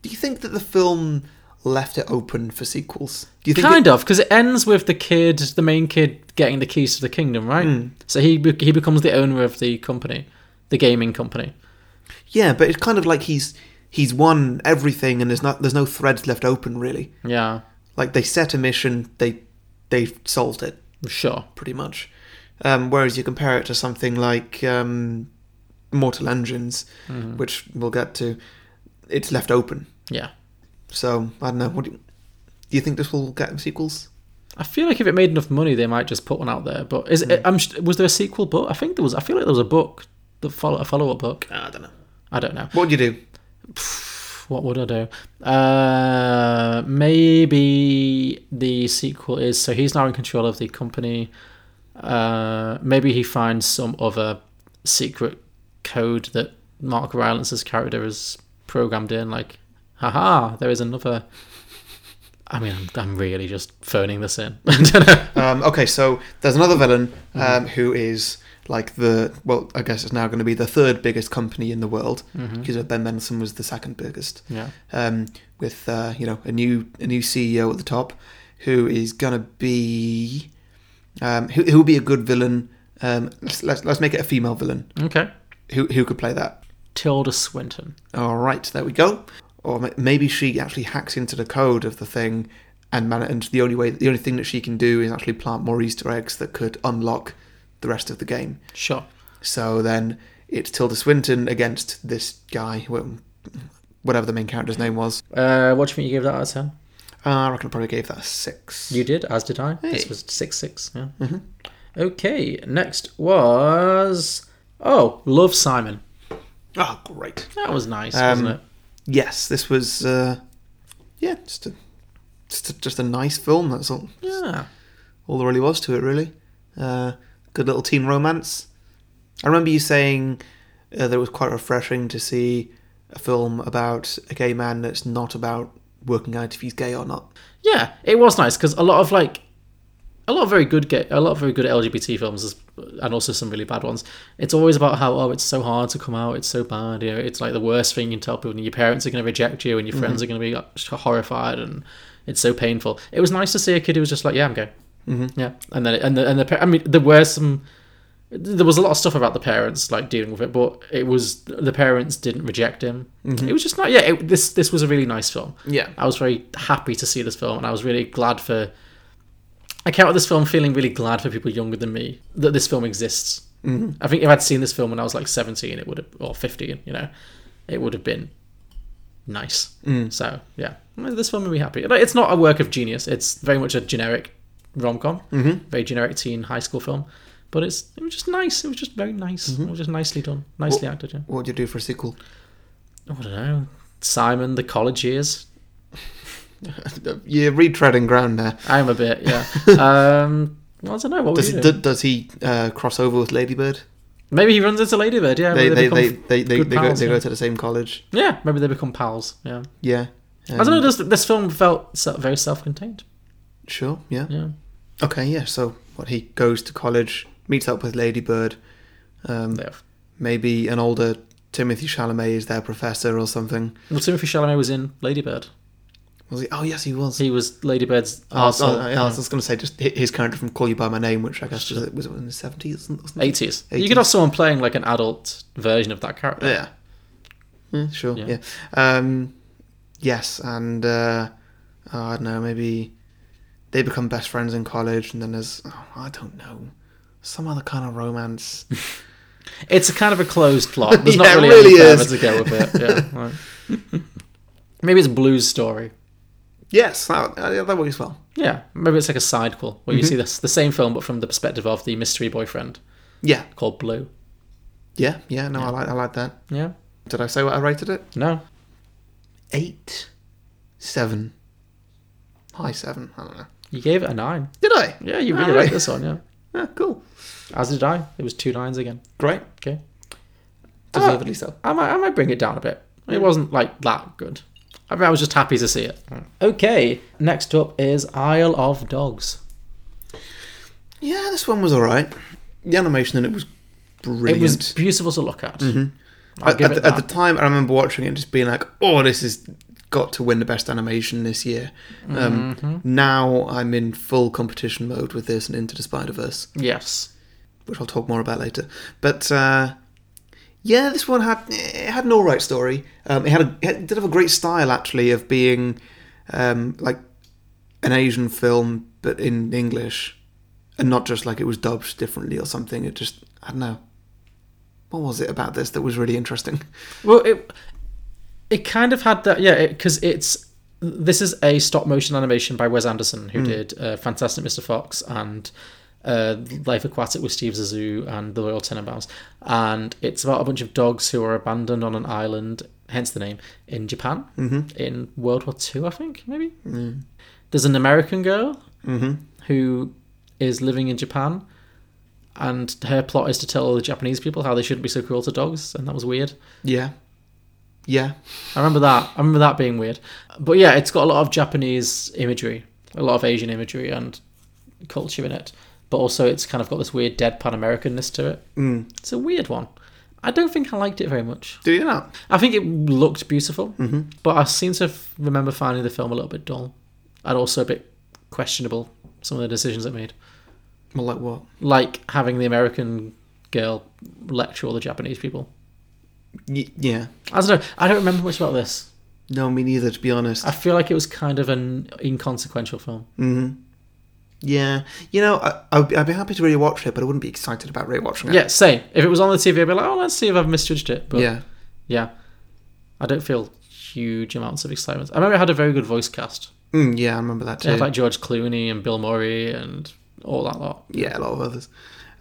Do you think that the film left it open for sequels? Do you think?
Kind of, because it ends with the kid, the main kid, getting the keys to the kingdom, right?
Hmm.
So he be- he becomes the owner of the company, the gaming company.
it- yeah, but it's kind of like he's he's won everything, and there's not there's no threads left open really.
Yeah,
Like they set a mission, they they solved it
sure.
pretty much. Um, whereas you compare it to something like um, Mortal Engines,
Mhm.
which we'll get to, it's left open.
Yeah.
So I don't know. What do you, do you think this will get sequels?
I feel like if it made enough money, they might just put one out there. But is
Hmm.
it, I'm, sh- was there a sequel book? I think there was. I feel like there was a book, the follow, a follow up book.
Uh, I don't know.
I don't know.
What would you do?
What would I do? Uh, maybe the sequel is so he's now in control of the company. Uh, maybe he finds some other secret code that Mark Rylance's character is programmed in. Like, haha, there is another. I mean, I'm, I'm really just phoning this in. I don't know.
Um, okay, so there's another villain um, who is like the well, I guess it's now going to be the third biggest company in the world because Ben Mendelsohn was the second biggest.
Yeah.
Um, with uh, you know a new a new CEO at the top who is going to be um, who who will be a good villain. Um, let's, let's let's make it a female villain.
Okay.
Who who could play that?
Tilda Swinton.
All right, there we go. Or ma- maybe she actually hacks into the code of the thing, and man, and the only way, the only thing that she can do is actually plant more Easter eggs that could unlock the rest of the game.
Sure.
So then it's Tilda Swinton against this guy, wh- whatever the main character's name was.
Uh, what do you think you gave that out of ten?
Uh, I reckon I probably gave that a six.
You did, as did I. This
Hey. Mm-hmm.
was six six. Yeah. Okay. Next was oh, Love Simon.
Oh, great.
That was nice,
Um,
wasn't it?
Yes, this was, uh, yeah, just a, just a, just a nice film. That's all.
Yeah.
all there really was to it, really. Uh, good little teen romance. I remember you saying uh, that it was quite refreshing to see a film about a gay man that's not about working out if he's gay or not.
Yeah, it was nice because a lot of like a lot of very good ga- a lot of very good LGBT films is, and also some really bad ones. It's always about how oh it's so hard to come out, it's so bad, you know, it's like the worst thing you can tell people and your parents are going to reject you and your friends are going to be like, just horrified and it's so painful. It was nice to see a kid who was just like, yeah, I'm gay. Mm-hmm. Yeah. And then and the, and the par- I mean there were some there was a lot of stuff about the parents like dealing with it, but it was the parents didn't reject him. It was just not yeah, it, this this was a really nice film.
Yeah.
I was very happy to see this film, and I was really glad for. I came out of this film feeling really glad for people younger than me that this film exists. Mm-hmm. I think if I'd seen this film when I was like 17, it would have, or 15, you know, it would have been nice. So, yeah, this film made me happy. Like, It's not a work of genius, it's very much a generic rom com,
Mm-hmm.
very generic teen high school film. But it's it was just nice. It was just very nice. It was just nicely done, nicely acted. Yeah.
What would you do for a sequel?
I don't know. Simon, the college years. Uh,
You're retreading ground there.
I am a bit, yeah. um, well, I don't know. What would
Does,
you
it,
do?
d- does he uh, cross over with Ladybird?
maybe he runs into Ladybird. Yeah,
They they,
maybe
they,
they become,
they, they,
good
they, go,
pals,
they go
yeah.
to the same college.
yeah, maybe they become pals. Yeah,
Yeah.
I don't know.
Um,
This this film felt se- very self-contained.
Sure, yeah.
Yeah,
Okay, yeah. So, what he goes to college, meets up with Ladybird. Um,
they have.
maybe an older Timothy Chalamet is their professor or something.
Well, Timothy Chalamet was in Ladybird.
Was he? Oh yes, he was.
He was Ladybird's
Oh, so-
arsehole.
oh, yeah, I was just going to say just hi- his character from Call You by My Name, which I guess was, was in the seventies or something.
Eighties. You could have someone playing like an adult version of that character.
Yeah. Hmm, sure. Yeah.
Yeah.
Um, yes, and uh, oh, I don't know. Maybe they become best friends in college, and then there's oh, I don't know some other kind of romance.
It's a kind of a closed plot. There's
Yeah, it
not really,
really
anything
is.
further to go with it. Yeah. right. maybe it's Blue's story.
yes, that, uh, yeah, that works well.
Yeah, maybe it's like a sidequel where you
Mm-hmm.
see this the same film but from the perspective of the mystery boyfriend
Yeah.
called Blue.
Yeah. Yeah. No, I like I like that.
Yeah.
Did I say what I rated it?
No.
eight, seven, high seven. I don't know.
You gave it a nine.
Did I?
Yeah, you really
Alright.
like this one, yeah.
Ah, cool.
As did I. It was two nines again.
Great.
Okay.
Deservedly so.
I might, I might bring it down a bit. It wasn't like that good. I mean, I was just happy to see it. Mm. Okay. Next up is Isle of Dogs.
Yeah, this one was all right. The animation in it was brilliant.
It was beautiful to look at. I'll
at,
give
at
it
the, at
that.
the time, I remember watching it and just being like, "Oh, this has got to win the best animation this year." Um,
Mm-hmm.
Now I'm in full competition mode with this and Into the Spider Verse,
yes.
which I'll talk more about later. But uh, yeah, this one had it had an all right story. Um, it had a, it did have a great style actually of being um, like an Asian film, but in English, and not just like it was dubbed differently or something. It just I don't know. what was it about this that was really interesting?
Well, it it kind of had that, yeah, because it's this is a stop motion animation by Wes Anderson, who did uh, Fantastic Mr. Fox and uh, Life Aquatic with Steve Zissou and The Royal Tenenbaums, and it's about a bunch of dogs who are abandoned on an island, hence the name, in Japan in World War Two, I think maybe. There's an American girl who is living in Japan, and her plot is to tell the Japanese people how they shouldn't be so cruel to dogs, and that was weird.
Yeah, yeah,
I remember that. I remember that being weird. But yeah, it's got a lot of Japanese imagery, a lot of Asian imagery and culture in it. But also, it's kind of got this weird deadpan Americanness to it. Mm. It's a weird one. I don't think I liked it very much.
do you not?
I think it looked beautiful, but I seem to f- remember finding the film a little bit dull and also a bit questionable, some of the decisions it made.
Well, like what?
Like having the American girl lecture all the Japanese people.
Y- yeah,
I don't know. I don't remember much about this.
no, me neither. To be honest,
I feel like it was kind of an inconsequential film.
yeah, you know, I, I'd, be- I'd be happy to rewatch it, but I wouldn't be excited about rewatching it.
Yeah, same. If it was on the TV, I'd be like, oh, let's see if I've misjudged it. But yeah,
yeah.
I don't feel huge amounts of excitement. I remember it had a very good voice cast.
Mm, yeah, I remember that
It
too.
had like George Clooney and Bill Murray and all that lot.
yeah, a lot of others.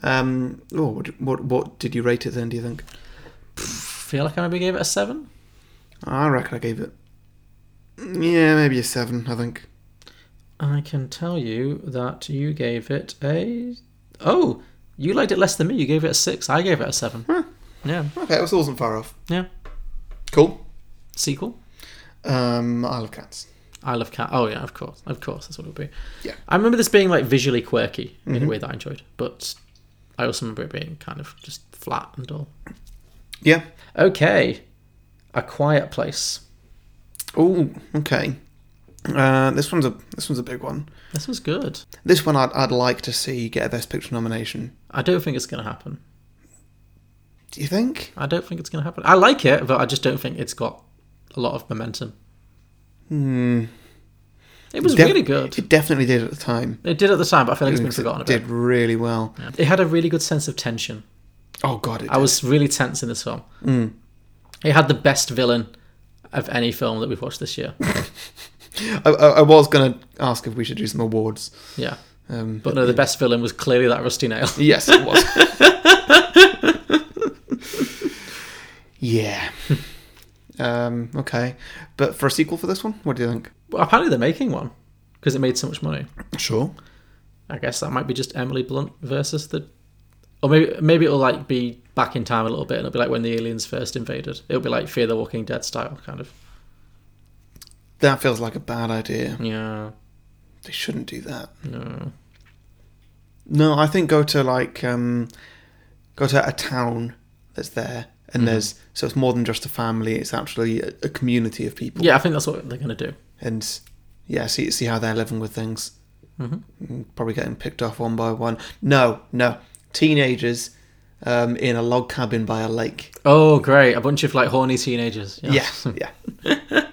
Um, oh, what, what what did you rate it then? Do you think?
I feel like I maybe gave it a seven.
I reckon I gave it. Yeah, maybe a seven. I think.
I can tell you that you gave it a. Oh, you liked it less than me. You gave it a six. I gave it a seven.
Huh.
Yeah,
Okay, it was wasn't far off.
yeah.
Cool.
Sequel.
Um, Isle of Cats.
I love cat. Oh yeah, of course, of course, that's what it would be.
Yeah. Mm-hmm.
I remember this being like visually quirky in a way that I enjoyed, but I also remember it being kind of just flat and dull.
Yeah.
Okay, a quiet place.
Oh, okay. Uh, this one's a this one's a big one.
This was good.
This one I'd I'd like to see get a Best Picture nomination.
I don't think it's gonna happen.
Do you think?
I don't think it's gonna happen. I like it, but I just don't think it's got a lot of momentum. Hmm. It was
Def-
really good.
It definitely did at the time.
It did at the time, but I feel like it's been
Because
forgotten a
it did
bit.
really well.
It had a really good sense of tension.
Oh god, it
I was really tense in this film. It had the best villain of any film that we've watched this year.
did. I, I, I was gonna ask if we should do some awards.
Yeah.
Um,
But no, the best villain was clearly that rusty nail.
yes, it was. yeah. Um, okay, but for a sequel for this one, what do you think?
Well, apparently they're making one because it made so much money.
Sure.
I guess that might be just Emily Blunt versus the, or maybe maybe it'll like be back in time a little bit and it'll be like when the aliens first invaded. It'll be like Fear the Walking Dead style kind of.
That feels like a bad idea.
Yeah.
They shouldn't do that.
No.
No, I think go to like um, go to a town that's there, and there's so it's more than just a family. It's actually a, a community of people.
Yeah, I think that's what they're gonna do.
and yeah, see see how they're living with things. Mm, Probably getting picked off one by one. No, no, teenagers um, in a log cabin by a lake.
Oh, great! A bunch of like horny teenagers.
Yeah, yeah.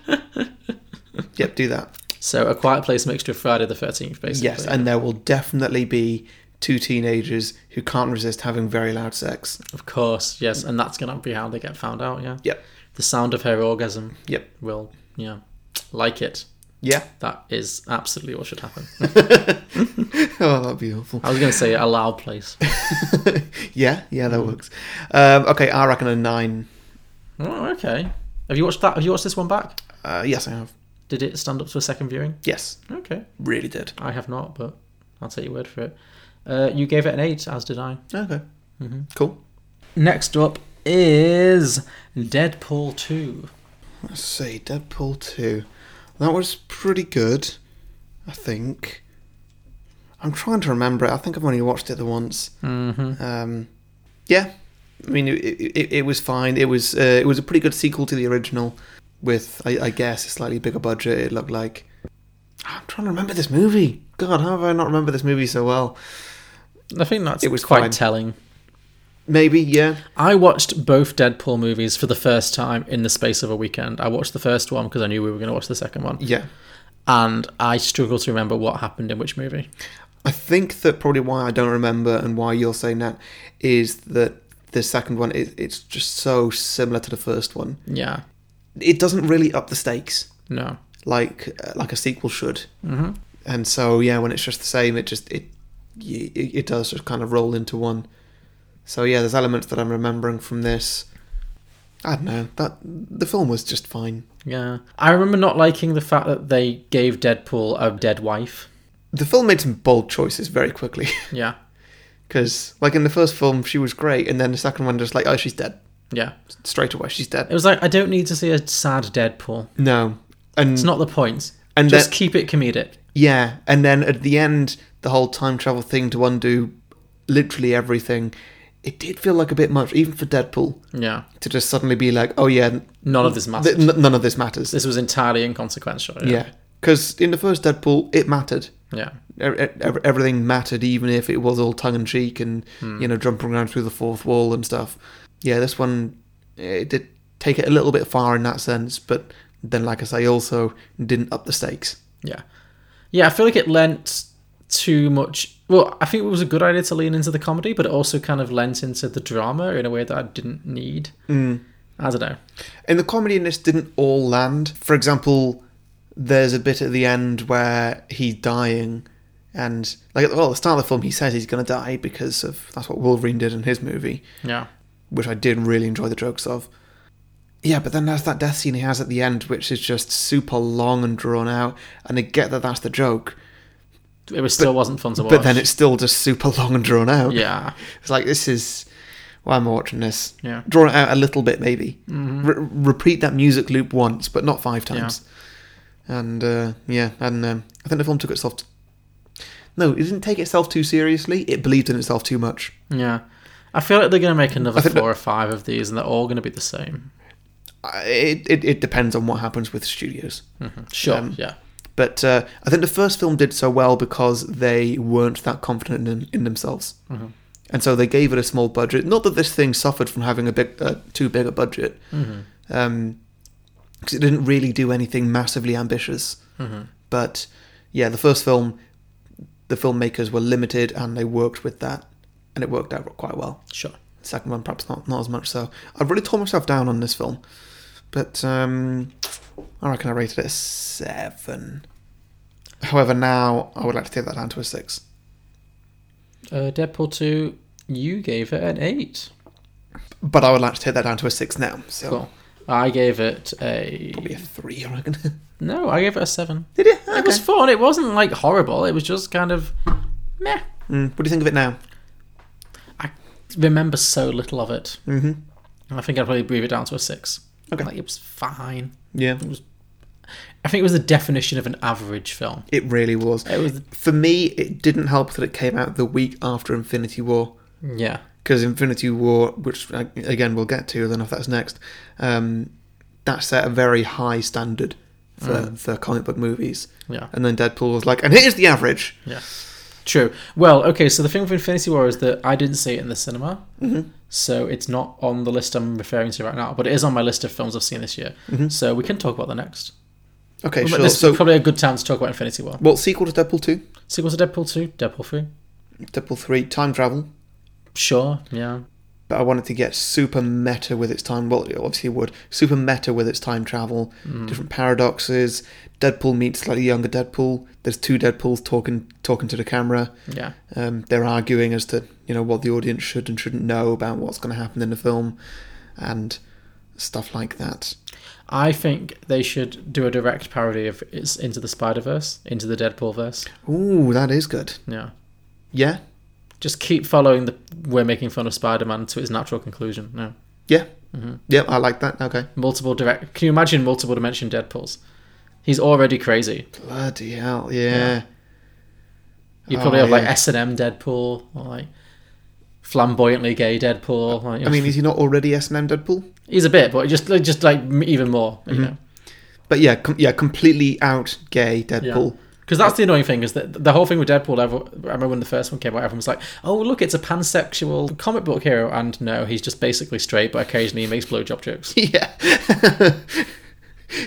yep, do that.
So a Quiet Place mixture of Friday the Thirteenth, basically.
Yes, and there will definitely be two teenagers who can't resist having very loud sex.
of course, yes, and that's gonna be how they get found out. Yeah.
Yep,
The sound of her orgasm
yep,
will, yeah, like it.
yeah.
That is absolutely what should happen.
Oh, that'd be awful.
I was going to say a loud place.
Yeah, yeah, that works. Um, okay, I reckon a nine.
Oh, okay. Have you watched that? Have you watched this one back?
Uh, yes, I have.
Did it stand up to a second viewing?
Yes,
Okay.
really did.
I have not, but I'll take your word for it. Uh, you gave it an 8, as did I.
Okay, cool.
Next up is Deadpool 2.
Let's see, Deadpool 2. That was pretty good, I think. I'm trying to remember it. I think I've only watched it the once. Mm-hmm. Um, yeah, I mean, it, it, it was fine. It was uh, it was a pretty good sequel to the original, with I, I guess a slightly bigger budget. It looked like. I'm trying to remember this movie. God, how have I not remembered this movie so well?
I think that's
It was
quite
fine.
telling.
Maybe, yeah.
I watched both Deadpool movies for the first time in the space of a weekend. I watched the first one because I knew we were going to watch the second one.
Yeah.
And I struggle to remember what happened in which movie.
I think that probably why I don't remember and why you're saying that is that the second one it, it's just so similar to the first one.
Yeah.
It doesn't really up the stakes
No.
like uh, like a sequel should.
Mm-hmm.
And so yeah, when it's just the same, it just it y- it, it does just kind of roll into one. So yeah, there's elements that I'm remembering from this. I don't know that the film was just fine.
Yeah. I remember not liking the fact that they gave Deadpool a dead wife.
The film made some bold choices very quickly
Yeah.
because like in the first film she was great, and then the second one just like oh she's dead
Yeah.
straight away she's
It
dead.
was like I don't need to see a sad Deadpool.
No, and
It's not the point.
Mm. and
Just
then,
keep it comedic.
yeah, and then at the end the whole time travel thing to undo literally everything. It did feel like a bit much, even for Deadpool.
Yeah.
to just suddenly be like, oh yeah,
None of this matters.
th- n- none of this matters.
this was entirely inconsequential.
yeah, because in the first Deadpool, it mattered.
Yeah.
E- e- Everything mattered, even if it was all tongue in cheek and you know jumping around through the fourth wall and stuff. Yeah, this one it did take it a little bit far in that sense, but then, like I say, also didn't up the stakes.
Yeah. Yeah, I feel like it lent too much. Well, I think it was a good idea to lean into the comedy, but it also kind of lent into the drama in a way that I didn't need.
Mm.
I don't know.
And the comedy in this didn't all land. For example, there's a bit at the end where he's dying, and like well, at the start of the film, he says he's going to die because of that's what Wolverine did in his movie,
Yeah.
which I did really enjoy the jokes of. Yeah, but then there's that death scene he has at the end, which is just super long and drawn out, and I get that that's the joke,
It was still wasn't fun to watch.
but then it's still just super long and drawn out.
Yeah.
It's like this is why am I watching this?
Yeah.
Draw it out a little bit, maybe. Re- repeat that music loop once, but not five times. And uh, yeah, and um, I think the film took itself. T- no, it didn't take itself too seriously. It believed in itself too much.
Yeah. I feel like they're going to make another
I think
four or five of these and they're all going to be the same.
I- It it, it depends on what happens with studios.
Sure.
Um,
yeah.
But uh, I think the first film did so well because they weren't that confident in, in themselves,
Mm-hmm.
and so they gave it a small budget. Not that this thing suffered from having a big, uh, too big a budget,
Mm-hmm.
because Um, it didn't really do anything massively ambitious.
Mm-hmm.
But yeah, the first film, the filmmakers were limited, and they worked with that, and it worked out quite well.
Sure.
Second one, perhaps not, not as much so. I've really torn myself down on this film. But um, I reckon I rated it a 7. However, now I would like to take that down to a 6.
Uh, Deadpool 2, you gave it an 8.
But I would like to take that down to a 6 now. So
Cool. I gave it a.
probably a 3, I reckon.
No, I gave it a 7.
Did you? Okay.
It was fun. It wasn't like horrible. It was just kind of meh.
Mm, what do you think of it now?
I remember so little of it.
Mm-hmm.
I think I'd probably breathe it down to a six.
Okay.
Like, it was fine.
Yeah.
I think it was the definition of an average film.
It really was.
It was,
For me, it didn't help that it came out the week after Infinity War.
yeah,
because Infinity War, which uh, again we'll get to, I don't know if that's next. Um, that set a very high standard for, for comic book movies,
yeah,
and then Deadpool was like, "And here's the average."
yeah. True. Well, okay. So the thing with Infinity War is that I didn't see it in the cinema,
Mm-hmm.
so it's not on the list I'm referring to right now. But it is on my list of films I've seen this year. So we can talk about the next.
Okay,
But
Mm-hmm. sure.
this
So,
is probably a good time to talk about Infinity War.
what sequel to Deadpool two?
Sequel to Deadpool two, Deadpool three.
Deadpool three, time travel.
Sure. Yeah.
But I wanted to get super meta with its time. Well, it obviously would super meta with its time travel,
Hmm.
different paradoxes. Deadpool meets slightly younger Deadpool. There's two Deadpools talking talking to the camera.
Yeah.
Um, they're arguing as to you know what the audience should and shouldn't know about what's going to happen in the film, and stuff like that.
I think they should do a direct parody of it's into the Spider Verse, into the Deadpool verse.
Ooh, that is good.
Yeah.
Yeah,
Just keep following the we're making fun of Spider Man to its natural conclusion. No.
yeah, yeah. I like that. Okay.
Multiple direct can you imagine multiple dimension Deadpools? He's already crazy.
Bloody hell. Yeah.
You
Oh,
probably have like
yeah.
S and M Deadpool or like flamboyantly gay Deadpool. Like,
I mean, is he not already S and M Deadpool?
he's a bit, but just like just like m- even more, you
Mm-hmm.
know.
But yeah, com- yeah, completely out gay Deadpool.
Because that's the annoying thing is that the whole thing with Deadpool. Ever, I remember when the first one came out, everyone was like, "Oh, look, it's a pansexual comic book hero," and no, he's just basically straight, but occasionally he makes blowjob jokes.
Yeah.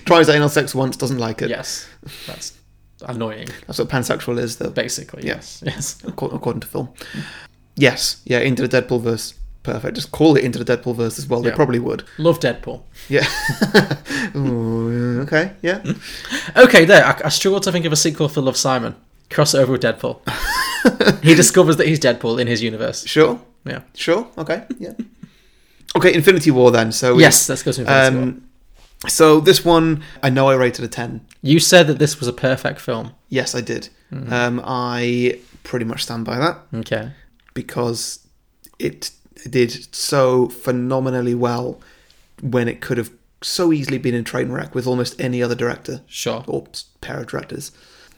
Tries anal sex once, doesn't like it.
yes, that's annoying.
That's what pansexual is, though,
Basically,
Yeah.
yes, yes.
Mm. acco- according to film. Yes, yeah, into the Deadpool verse. Perfect. Just call it into the Deadpool verse as well. They
Yeah.
probably would.
Love Deadpool.
Yeah. Ooh, yeah, okay. Yeah.
Hmm? Okay, there. I, I struggled to think of a sequel for Love Simon. Cross it over with Deadpool. he discovers that he's Deadpool in his universe.
Sure.
Yeah.
Sure. Okay. Yeah. Okay. Infinity War then. So we-
Yes, let's go to Infinity War.
Oh, Um, so this one, I know I rated a ten.
You said that this was a perfect film.
Yes, I did.
Hmm.
Um, I pretty much stand by that
Okay.
because it did so phenomenally well when it could have so easily been a train wreck with almost any other director.
Sure.
or pair of directors.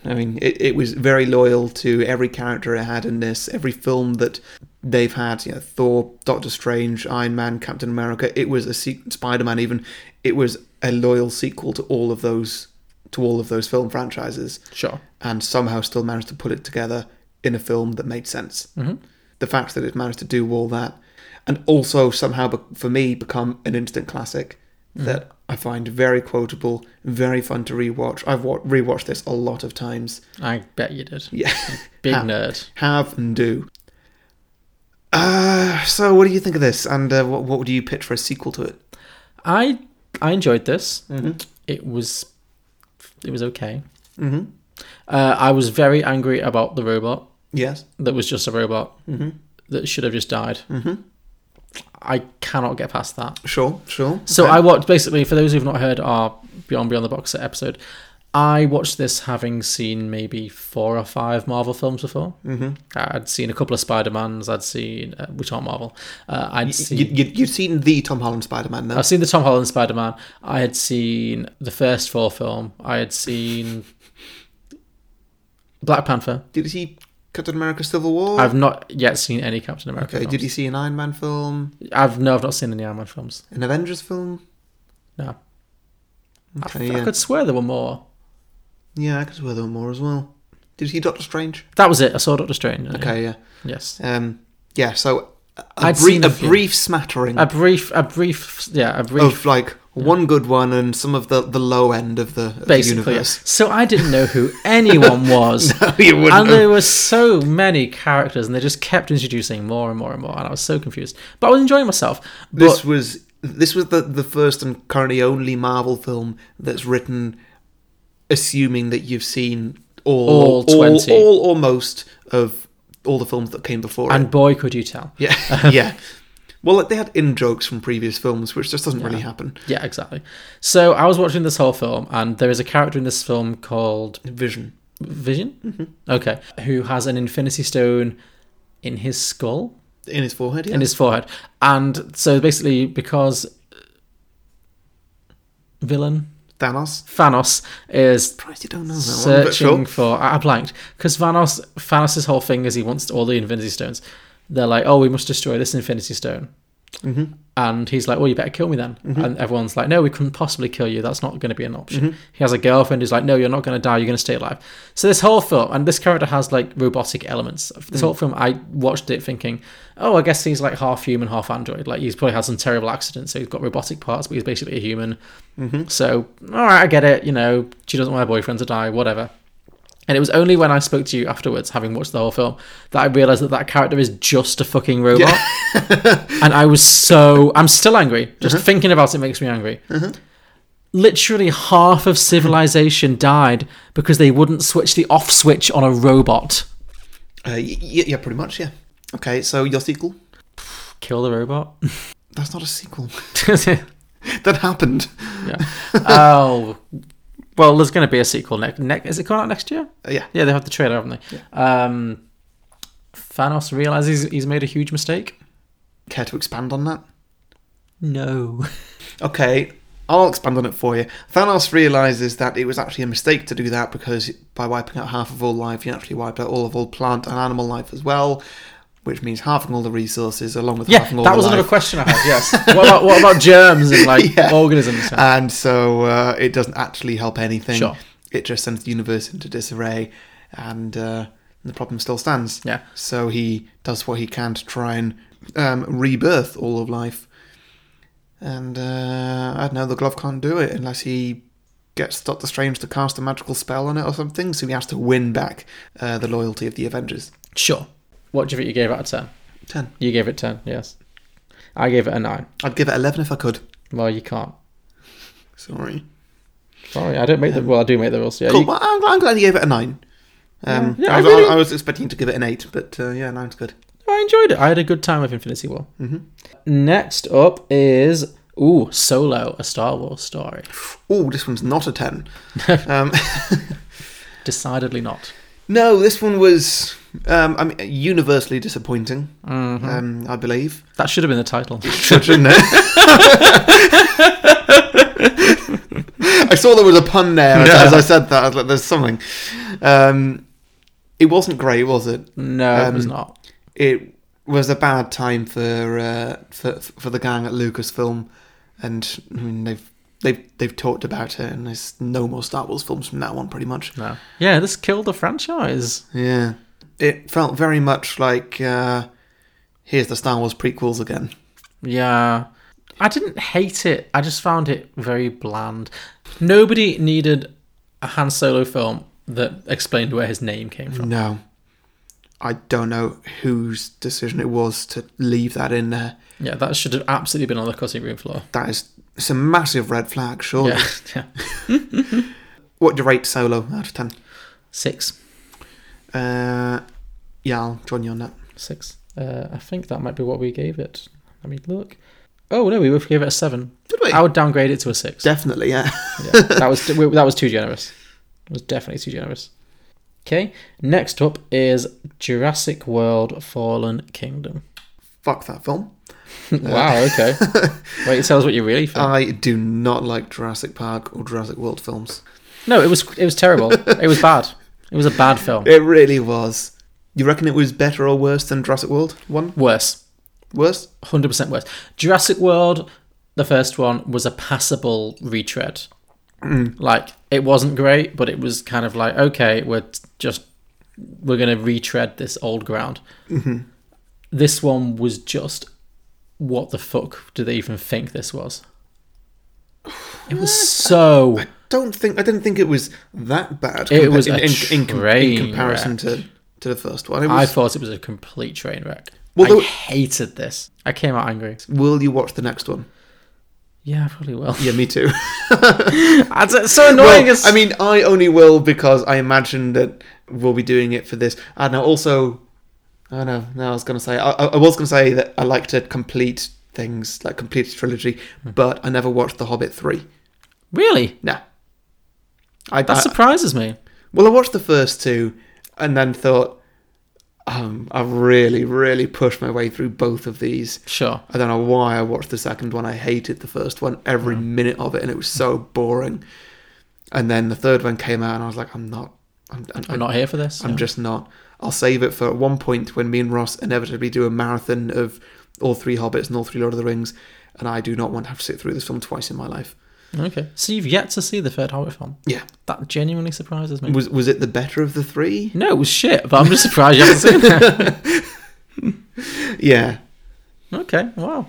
I mean, it, it was very loyal to every character it had in this, every film that they've had. You know, Thor, Doctor Strange, Iron Man, Captain America. It was a se- Spider Man. Even it was a loyal sequel to all of those to all of those film franchises,
Sure.
and somehow still managed to put it together in a film that made sense. Mm-hmm. The fact that it managed to do all that, and also somehow be- for me become an instant classic that I find very quotable, very fun to rewatch. I've wa- rewatched this a lot of times.
I bet you did.
Yeah,
Big
have,
nerd.
have and do. Uh, so what do you think of this, and uh, what what would you pitch for a sequel to it?
I I enjoyed this. It was it was okay.
Mm-hmm.
Uh, I was very angry about the robot
Yes.
that was just a robot that should have just died.
Mhm.
I cannot get past that.
Sure. Sure.
So
Okay.
I watched basically for those who've not heard our Beyond Beyond the Box Set episode. I watched this having seen maybe four or five Marvel films before. Mm-hmm. I'd seen a couple of Spider Mans. I'd seen uh, which aren't Marvel. Uh, I'd seen
you, you, you've seen the Tom Holland Spider Man now.
I've seen the Tom Holland Spider Man. I had seen the first Thor film. I had seen Black Panther.
Did you see Captain America: Civil War?
I've not yet seen any Captain America.
okay.
films.
Did you see an Iron Man film?
I've no, I've not seen any Iron Man films.
An Avengers film?
No, I,
Okay,
I
yeah.
could swear there were more.
yeah, I could swear there were more as well. Did you see Doctor Strange?
That was it. I saw Doctor Strange.
Okay, yeah.
Yes.
Um, yeah, so a,
I'd
brief,
seen a
a
few.
brief smattering
A brief, a brief, yeah, a brief.
of like one good one and some of the, the low end of the, of the
basically, yes.
universe.
so I didn't know who anyone was.
you wouldn't
and
have.
there were so many characters, and they just kept introducing more and more and more, and I was so confused. But I was enjoying myself. But
This was this was the, the first and currently only Marvel film that's written assuming that you've seen all
All 20.
all, all or most of all the films that came before it.
and boy, could you tell?
Yeah, yeah. Well, like, they had in jokes from previous films, which just doesn't really happen.
Yeah, exactly. So I was watching this whole film, and there is a character in this film called
Vision.
Vision. Okay, who has an Infinity Stone in his skull,
In his forehead, yeah.
in his forehead, and so basically because uh, villain
Thanos.
Thanos is
Surprised you don't know that one, but sure.
searching for. I I blanked because Thanos Thanos' whole thing is he wants all the Infinity Stones. They're like, oh, we must destroy this Infinity Stone.
Mhm.
And he's like, well, you better kill me then. And everyone's like, no, we couldn't possibly kill you. That's not going to be an option. He has a girlfriend who's like, no, you're not going to die. You're going to stay alive. So this whole film, and this character has like robotic elements. This whole film, I watched it thinking, oh, I guess he's like half human, half android. Like he's probably had some terrible accident, so he's got robotic parts, but he's basically a human. So all right, I get it. You know, she doesn't want her boyfriend to die. Whatever. And it was only when I spoke to you afterwards, having watched the whole film, that I realized that that character is just a fucking robot. and I was so. I'm still angry. Just thinking about it makes me angry. Literally half of civilization died because they wouldn't switch the off switch on a robot.
Uh, y- y- yeah, pretty much, yeah. Okay, so your sequel?
Kill the robot.
That's not a sequel.
yeah.
that happened.
Oh. Well, there's going to be a sequel next. Ne- is it coming out next year?
Uh, yeah.
Yeah, they have the trailer, haven't they? Um, Thanos realizes he's made a huge mistake.
Care to expand on that?
No.
Okay, I'll expand on it for you. Thanos realizes that it was actually a mistake to do that because by wiping out half of all life, you actually wiped out all of all plant and animal life as well, which means halving all the resources along with
Yeah,
halving all
that
the
was
life.
another question I had. Yes. what, about, what about germs and like
Yeah.
organisms?
and so uh, it doesn't actually help anything.
Sure.
It just sends the universe into disarray, and uh, the problem still stands.
Yeah.
So he does what he can to try and um, rebirth all of life. And uh, I don't know, the glove can't do it unless he gets Doctor Strange to cast a magical spell on it or something. So he has to win back uh, the loyalty of the Avengers.
Sure. What do you think you gave out of ten?
Ten.
You gave it ten. Yes. I gave it a nine.
I'd give it 11 if I could.
Well, you can't.
Sorry.
Sorry, I don't make the. Well, I do make the rules. Yeah,
Cool.
you-
Well, I'm, I'm glad you gave it a 9. Um,
Yeah, yeah,
I, was,
I really-
I was expecting to give it an 8, but uh, yeah, 9's good.
I enjoyed it. I had a good time with Infinity War.
Mhm.
Next up is ooh Solo, a Star Wars story.
Oh, this one's not a 10. um,
Decidedly not.
no, this one was um, I mean, universally disappointing,
Mm-hmm.
um, I believe.
That should have been the title.
shouldn't it? I saw there was a pun there as,
Yeah.
as I said that. I was like, there's something. Um, it wasn't great, was it?
No, it was
Um,
not.
It was a bad time for uh, for for the gang at Lucasfilm, and I mean they've they've they've talked about it, and there's no more Star Wars films from now on, pretty much.
No. Yeah, this killed the franchise.
Yeah, it felt very much like uh, here's the Star Wars prequels again.
Yeah. I didn't hate it. I just found it very bland. Nobody needed a Han Solo film that explained where his name came from.
No. I don't know whose decision it was to leave that in there.
Yeah, that should have absolutely been on the cutting room floor.
That is it's a massive red flag, surely.
Yeah. yeah.
What do you rate solo out of ten?
Six.
Uh yeah, I'll join you on that.
Six. Uh, I think that might be what we gave it. Let me look. Oh no, we both gave it a seven.
Did we?
I would downgrade it to a six.
Oh, Definitely, yeah.
yeah, that was that was too generous. It was definitely too generous. Okay, next up is Jurassic World: Fallen Kingdom.
Fuck that film.
wow. Okay. Wait, tell us what you really think.
I do not like Jurassic Park or Jurassic World films.
no, it was it was terrible. it was bad. It was a bad film.
It really was. You reckon it was better or worse than Jurassic World? One?
Worse.
Worse?
Hundred percent worse. Jurassic World, the first one, was a passable retread.
Mm.
Like it wasn't great, but it was kind of like okay, we're t- just we're gonna retread this old ground.
Mm-hmm.
This one was just what the fuck do they even think this was? It was so
Don't think I didn't think it was that bad.
It was
in,
a
in, in, com- in
train
comparison
wreck.
to, to the first one. It
I
was,
thought it was a complete train wreck.
Well,
I
there-
hated this. I came out angry.
will you watch the next one?
Yeah, I probably will.
Yeah, me too.
That's
Well,
so annoying. as-
I mean, I only will because I imagine that we'll be doing it for this. I know. Also, I don't know. No, I was gonna say. I, I I was gonna say that I like to complete things, like complete a trilogy, but I never watched The Hobbit three.
really,
Nah. I,
that
I-
surprises me.
well, I watched the first two, and then thought, um, I really, really pushed my way through both of these.
Sure.
I don't know why I watched the second one. I hated the first one, every minute of it, and it was so boring. And then the third one came out, and I was like, I'm not, I'm, I'm,
I'm not here for this.
I'm
Yeah.
just not. I'll save it for at one point when me and Ross inevitably do a marathon of all three Hobbits and all three Lord of the Rings, and I do not want to have to sit through this film twice in my life.
okay. So you've yet to see the third Hobbit film.
Yeah,
That genuinely surprises me.
was was it the better of the three?
no, it was shit. But I'm just surprised you haven't seen it.
Yeah.
Okay. Wow.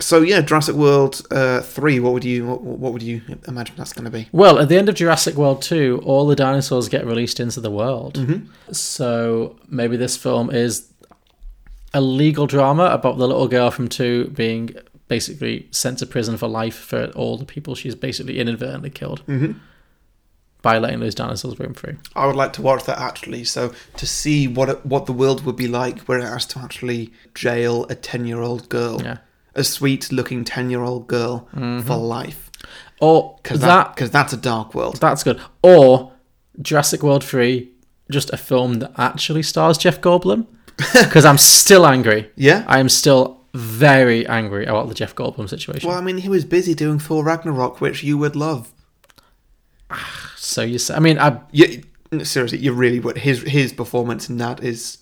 So yeah, Jurassic World uh, three. What would you what, what would you imagine that's going to be?
Well, at the end of Jurassic World 2, all the dinosaurs get released into the world.
Mm-hmm.
So maybe this film is a legal drama about the little girl from 2 being basically sent to prison for life for all the people she's basically inadvertently killed
Mm-hmm.
by letting those dinosaurs roam free.
I would like to watch that actually, so to see what it, what the world would be like where it has to actually jail a ten year old girl,
Yeah.
a sweet looking ten year old girl for life,
Or
because
that
that because that's a dark world.
That's good. Or Jurassic World 3, just a film that actually stars Jeff Goldblum. Because I'm still angry.
Yeah?
I am still very angry about the Jeff Goldblum situation.
Well, I mean, he was busy doing Thor Ragnarok, which you would love.
So you say, I mean, I,
You, no, seriously, you really would. His his performance in that is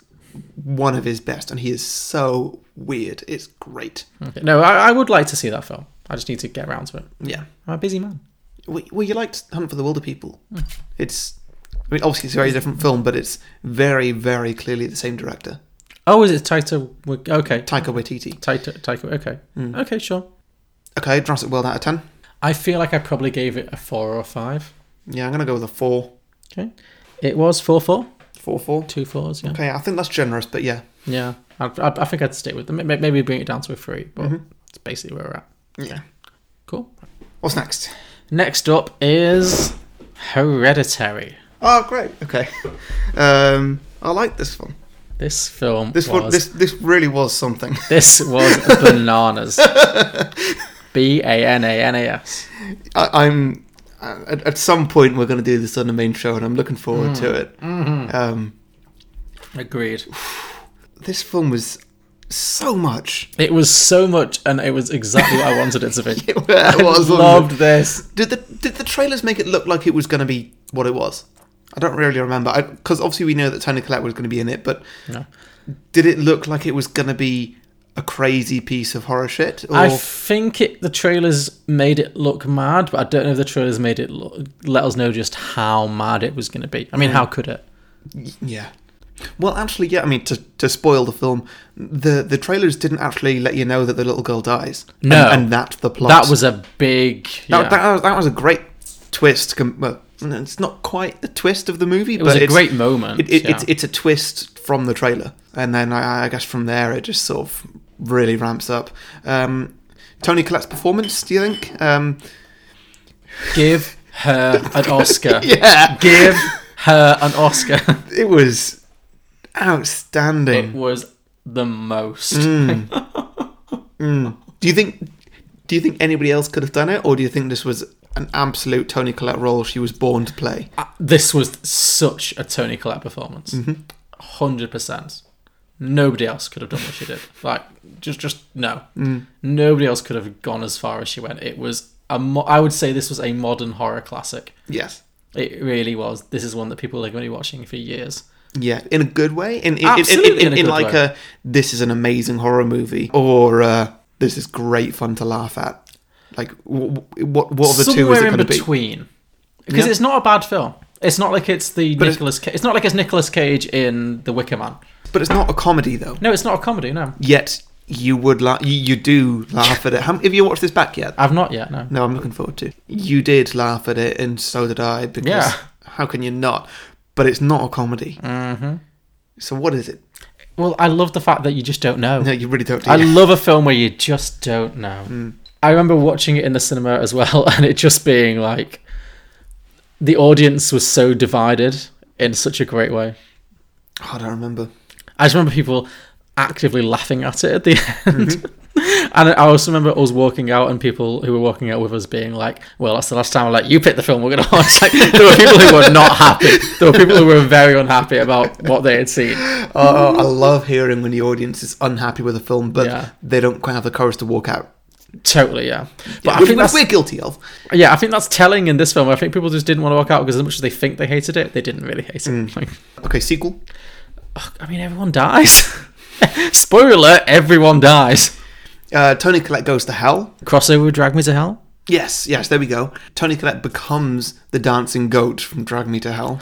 one of his best, and he is so weird. It's great.
okay. no, I, I would like to see that film. I just need to get around to it.
Yeah.
I'm a busy man.
Well, well, you liked Hunt for the Wilder People. It's, I mean, obviously it's a very different film, but it's very, very clearly the same director,
Oh, is it Taika? Wai- Okay.
Taika Waititi.
Taika, Taika okay. Okay, sure.
Okay, Jurassic World out of ten.
I feel like I probably gave it a four or a five.
Yeah, I'm gonna go with a four,
Okay. It was four, four.
four, four.
Two fours, yeah.
Okay, I think that's generous, but yeah,
Yeah. I, I, I think I'd stick with them. May- Maybe bring it down to a three, but
Mm-hmm.
it's basically where we're at.
Yeah.
Cool.
What's next?
Next up is Hereditary.
Oh, great. Okay. Um, I like this one.
This film
This
was
one. This this really was something.
this was bananas. B a n a n a s.
I, I'm. At, at some point, we're going to do this on the main show, and I'm looking forward to
Mm.
it.
Mm-hmm.
Um,
Agreed.
this film was so much.
It was so much, and it was exactly what I wanted it to be.
It was
Loved this.
Did the did the trailers make it look like it was going to be what it was? I don't really remember because obviously we know that Tony Collette was going to be in it, but
No.
did it look like it was going to be a crazy piece of horror shit? Or
I think it, the trailers made it look mad, but I don't know if the trailers made it look, let us know just how mad it was going to be. I
Mm.
mean, how could it?
yeah. Well, actually, yeah. I mean, to, to spoil the film, the the trailers didn't actually let you know that the little girl dies. And-
No.
and, that's the plot.
That was a big.
that,
yeah.
that was, that was a great twist. com- Well, it's not quite the twist of the movie,
it was
but
a
it's,
great moment.
it, it,
yeah.
it's, it's a twist from the trailer, and then I, I guess from there it just sort of really ramps up. Um, Tony Collette's performance, do you think? Um,
Give her an Oscar.
yeah,
Give her an Oscar.
it was
it
outstanding.
was the most.
Mm. Do you think? Do you think anybody else could have done it, or do you think this was an absolute Tony Collette role she was born to play?
Uh, This was such a Tony Collette performance.
Mm-hmm.
100%. Nobody else could have done what she did. Like, just, just no.
Mm,
Nobody else could have gone as far as she went. It was, a mo- I would say this was a modern horror classic.
Yes.
It really was. This is one that people are going to be watching for years.
Yeah, in a good way. In in, in-
Absolutely
in, in,
in a good
like
way.
a this is an amazing horror movie, or uh, this is great fun to laugh at. Like w- w- what what of the two is
Somewhere
it
in
going to be?
between. Because
Yeah.
it's not a bad film. It's not like it's the
it's-
Nicholas. It's, it's not like it's Nicolas Cage in The Wicker Man.
But it's not a comedy though.
No, it's not a comedy. No,
Yet you would laugh. You, you do laugh at it. How, have you watched this back yet?
I've not yet. No,
No, I'm looking forward to. You did laugh at it, and so did I. Because
Yeah.
how can you not? But it's not a comedy. Mm-hmm. So what is it?
Well, I love the fact that you just don't know.
No, you really don't. Do Mm.
I
you?
love a film where you just don't know. I remember watching it in the cinema as well, and it just being like the audience was so divided in such a great way.
Oh, I don't remember.
I just remember people actively laughing at it at the end. And I also remember us walking out, and people who were walking out with us being like, "Well, that's the last time I let you pick the film we're going to watch." Like, there were people who were not happy. There were people who were very unhappy about what they had seen.
Oh, I love hearing when the audience is unhappy with a film, but
Yeah.
they don't quite have the courage to walk out.
Totally, yeah. But I
Which-
think
which
that's
we're guilty of.
Yeah, I think that's telling in this film. I think people just didn't want to walk out because as much as they think they hated it, they didn't really hate it. Like,
Okay, sequel.
ugh, I mean, everyone dies. Spoiler alert: everyone dies.
Uh, Tony Collette goes to hell.
Crossover with Drag Me to Hell.
Yes, yes, there we go. Tony Collette becomes the dancing goat from Drag Me to Hell.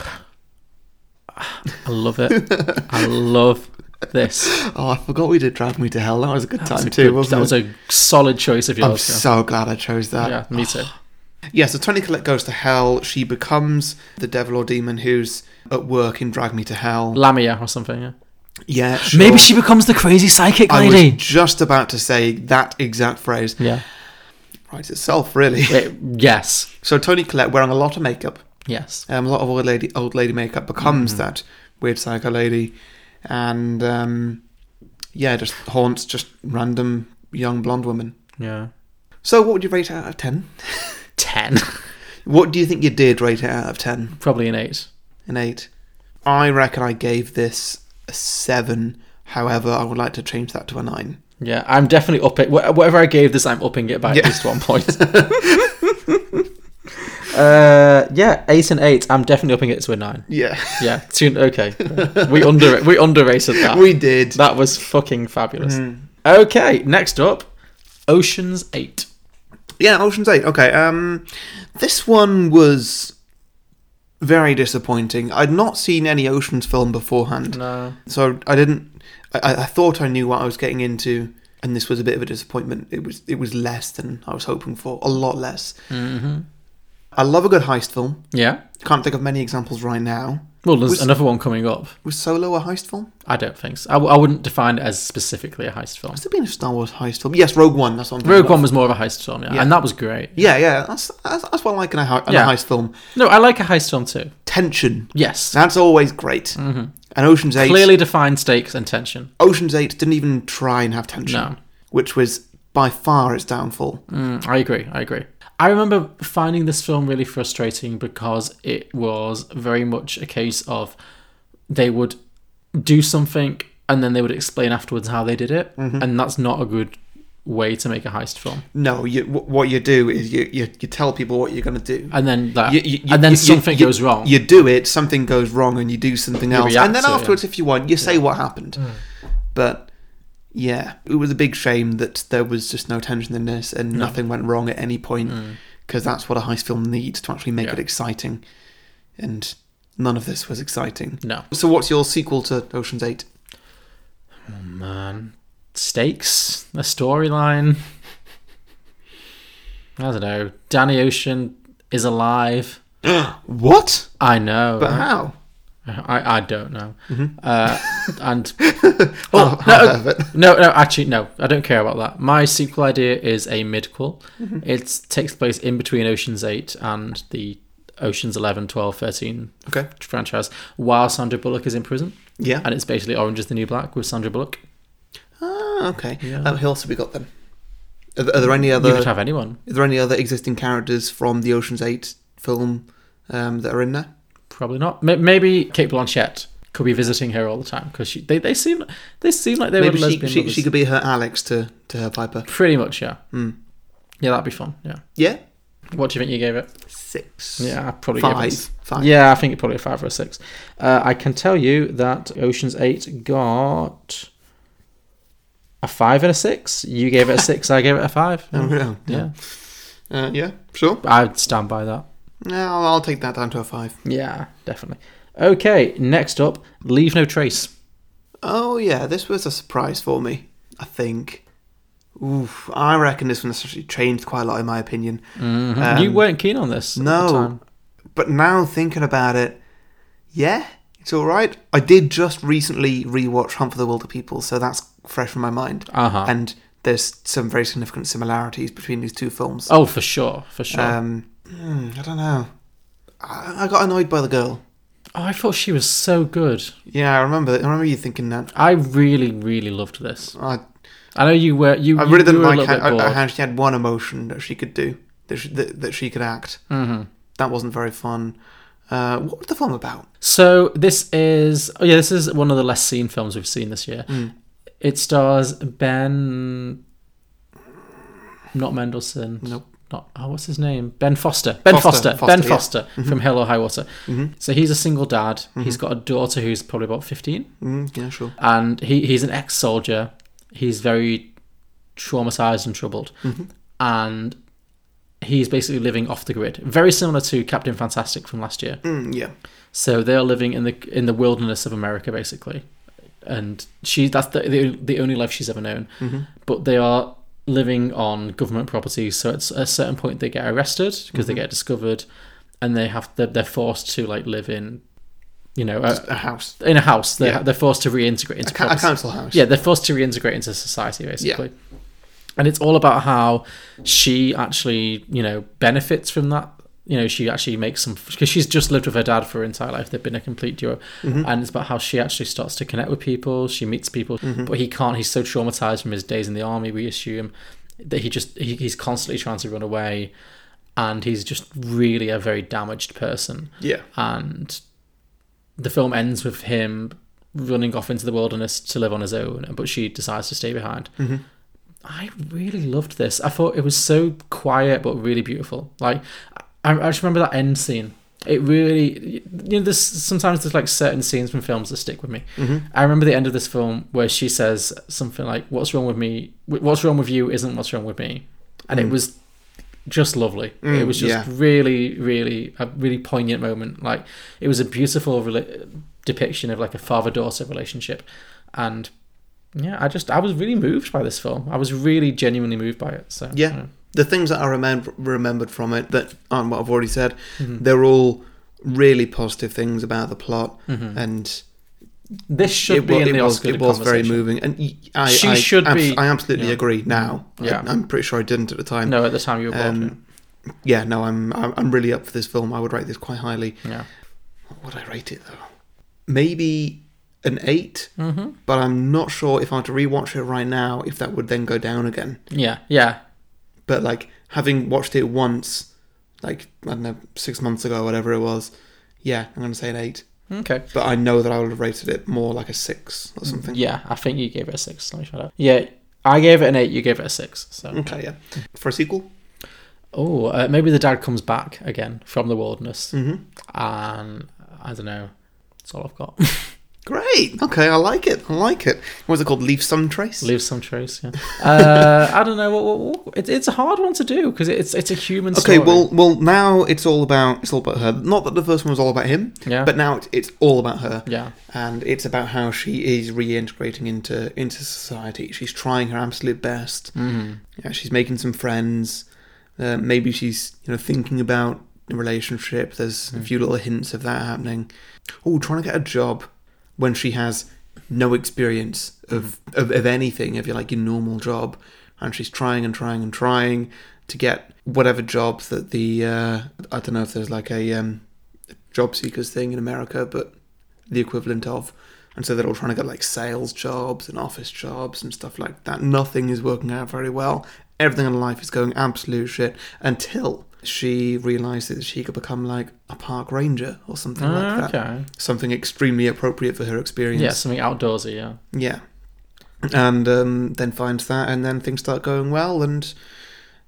I love it. I love this.
Oh, I forgot we did Drag Me to Hell. That was a good time
That's a
too,
good-
wasn't
that
it?
was a solid choice of
I'm
yours. yeah.
so glad I chose that.
yeah, me too.
Yeah, so Tony Collette goes to hell. She becomes the devil or demon who's at work in Drag Me to Hell.
Lamia or something. Yeah.
Yeah,
Maybe
sure.
she becomes the crazy psychic
I
lady.
was just about to say that exact phrase.
Yeah.
Writes itself, really.
It- yes.
So Tony Collette wearing a lot of makeup,
Yes.
um, a lot of old lady old lady makeup becomes that weird psycho lady, and um, yeah, just haunts just random young blonde women.
Yeah.
So what would you rate it out of ten?
Ten.
What do you think you did rate it out of ten?
Probably an eight.
An eight. I reckon I gave this a seven. However, I would like to change that to a nine.
Yeah, I'm definitely upping wha- whatever I gave this. I'm upping it by at
Yeah.
least one point. uh, yeah, eight and eight. I'm definitely upping it to a nine.
Yeah,
Yeah, two, okay. We under we underrated that.
we did.
that was fucking fabulous. Okay, next up, Ocean's Eight.
Yeah, Ocean's Eight. Okay. Um, this one was very disappointing. I'd not seen any Ocean's film beforehand,
No,
so I didn't. I- I, I thought I knew what I was getting into, and this was a bit of a disappointment. It was it was less than I was hoping for. A lot less. Mm-hmm. I love a good heist film.
yeah,
Can't think of many examples right now.
Well, there's
Was-
another one coming up.
Was Solo a heist film?
I don't think so. I, w- I wouldn't define it as specifically a heist film.
Has there been a Star Wars heist film? Yes, Rogue One. That's what I'm thinking
Rogue
of.
One was more of a heist film, yeah,
Yeah.
and that was great.
Yeah, yeah. That's, that's, that's what I like in a, hei- in
Yeah.
a heist film.
No, I like a heist film too.
Tension.
Yes,
That's always great. Mm-hmm. And Ocean's Eight.
clearly defined stakes and tension.
Ocean's Eight didn't even try and have tension,
No.
which was by far its downfall.
Mm, I agree. I agree. I remember finding this film really frustrating because it was very much a case of they would do something and then they would explain afterwards how they did it,
Mm-hmm.
and that's not a good way to make a heist film.
No, you, wh- what you do is you, you, you tell people what you're going to do.
And then that,
You- you-
and then
you- you-
something
you-
goes wrong.
You do it, something goes wrong, and you do something else.
react
and then
to it, Mm.
afterwards, if you want, you say what happened. But yeah, it was a big shame that there was just no tension in this and nothing went wrong at any point because that's what a heist film needs to actually make
Mm. Yeah.
it exciting. And none of this was exciting.
no,
So, what's your sequel to Ocean's Eight?
man, stakes, a storyline. I don't know. Danny Ocean is alive.
What?
I know.
But how?
I, I don't know.
Mm-hmm.
Uh, and
Well,
Oh, no,
however.
no, no, actually, no, I don't care about that. My sequel idea is a midquel.
Mm-hmm.
It takes place in between Ocean's 8 and the Ocean's 11, 12, 13
Okay.
franchise while Sandra Bullock is in prison.
Yeah.
And it's basically Orange is the New Black with Sandra Bullock.
Ah, okay.
Yeah.
Um, who else have we got then? Are, th- are there any
you
other?
could have anyone,
Are there any other existing characters from the Ocean's Eight film um, that are in there?
probably not. Ma- Maybe Kate Blanchett could be visiting her all the time because they, they seem they seem like they
Maybe
were
she,
lesbian
she,
lovers.
she could be her Alex to, to her Piper.
Pretty much, yeah.
Hmm.
Yeah, that'd be fun. Yeah.
Yeah,
What do you think you gave it?
six.
Yeah, I probably gave
five.
it
Five.
Yeah, I think it's probably a five or a six. Uh, I can tell you that Ocean's Eight got a five and a six. You gave it a six. I gave it a five.
Oh, yeah.
Yeah,
Uh, yeah. Sure.
I'd stand by that.
No, I'll, I'll take that down to a five.
Yeah, definitely. Okay, next up, Leave No Trace.
Oh yeah, this was a surprise for me. I think. Oof, I reckon this one's actually changed quite a lot in my opinion. Um,
you weren't keen on this. At the
No,
time.
but now thinking about it, yeah, it's all right. I did just recently rewatch Hunt for the Wilder People, so that's fresh in my mind.
Uh-huh.
And there's some very significant similarities between these two films.
Oh, for sure, for sure.
Um, hmm, I don't know. I, I got annoyed by the girl.
oh, I thought she was so good.
Yeah, I remember. I remember you thinking that.
I really, really loved this.
I,
I know you were. You,
I
you-
really
you
didn't
were a
like
little bit
how,
bored.
how she had one emotion that she could do that she, that, that she could act.
hmm
That wasn't very fun. Uh, what was the film about?
So this is oh yeah, this is one of the less seen films we've seen this year.
Mm.
It stars Ben, not Mendelsohn.
Nope.
Not oh, what's his name? Ben Foster. Ben Foster.
Foster,
ben
Foster, yeah. Mm-hmm.
Foster from Hell or High Water.
Mhm.
So he's a single dad.
Mm-hmm.
He's got a daughter who's probably about fifteen,
Mm, yeah, sure.
and he, he's an ex-soldier. He's very traumatized and troubled,
Mm-hmm.
and he's basically living off the grid, very similar to Captain Fantastic from last year.
Mm, yeah.
So they're living in the in the wilderness of America, basically, and she that's the the, the only life she's ever known.
Mm-hmm.
But they are living on government property, so at s- a certain point they get arrested because they
Mm-hmm.
get discovered, and they have they're, they're forced to like live in, you know, a,
Just a house.
in a house. They're
Yeah.
they're forced to reintegrate into
A, ca- a
property.
council house.
Yeah, they're forced to reintegrate into society basically. And it's all about how she actually, you know, benefits from that. You know, she actually makes some because she's just lived with her dad for her entire life. They've been a complete duo, and it's about how she actually starts to connect with people. She meets people, but he can't. He's so traumatized from his days in the army. We assume that he just he, he's constantly trying to run away, and he's just really a very damaged person
Yeah.
and the film ends with him running off into the wilderness to live on his own, but she decides to stay behind.
Mm-hmm.
I really loved this. I thought it was so quiet but really beautiful. Like I, I just remember that end scene. It really, you know, there's sometimes there's like certain scenes from films that stick with me. I remember the end of this film where she says something like, "What's wrong with me? What's wrong with you isn't what's wrong with me," and it was just lovely.
Mm,
it was just
yeah.
really, really a really poignant moment. Like it was a beautiful rela- depiction of like a father-daughter relationship, and yeah, I just I was really moved by this film. I was really genuinely moved by it. So Mm-hmm.
Yeah. The things that I remember remembered from it that aren't what I've already said, they're all really positive things about the plot, and
This Mm-hmm. should
it,
be
wa-
in
it
the
was
Oscar
it was very
conversation.
moving. And y- I
She
I
should
abs-
be-
I absolutely
yeah. Mm-hmm.
agree now.
Yeah.
I, am pretty sure I didn't at the time.
No, at the time you were
Um,
watching.
Yeah, no, I'm I'm I'm really up for this film. I would rate this quite highly.
Yeah.
What would I rate it though? Maybe an eight,
Mm-hmm.
but I'm not sure if I were to rewatch it right now if that would then go down again.
Yeah. Yeah.
But like having watched it once, like I don't know, six months ago, whatever it was, yeah, I'm gonna say an eight.
Okay.
But I know that I would have rated it more like a six or something.
Mm, Yeah, I think you gave it a six. Let me find out. Yeah, I gave it an eight. You gave it a six. So.
Okay, yeah. For a sequel,
Oh, uh, maybe the dad comes back again from the wilderness,
mm-hmm.
and I don't know. That's all I've got.
great. Okay, I like it. I like it. What's it called? Leave some trace.
Leave some trace. Yeah. Uh, I don't know. What, what, what- it, it's a hard one to do because it's it's a human.
Okay,
story.
well, well, now it's all about it's all about her. Not that the first one was all about him,
Yeah.
but now it's, it's all about her,
yeah.
and it's about how she is reintegrating into into society. She's trying her absolute best.
Mhm.
Yeah, she's making some friends. Uh, maybe she's you know thinking about the relationship. There's a few little hints of that happening. Oh, trying to get a job when she has no experience of, of of anything of your like your normal job, and she's trying and trying and trying to get whatever job that the uh, I don't know if there's like a um, job seekers thing in America, but the equivalent of. And so they're all trying to get like sales jobs and office jobs and stuff like that. Nothing is working out very well. Everything in life is going absolute shit until she realizes that she could become like a park ranger or something like that.
Ah, okay.
Something extremely appropriate for her experience.
Yeah, something outdoorsy. Yeah.
Yeah. And um, then finds that, and then things start going well. And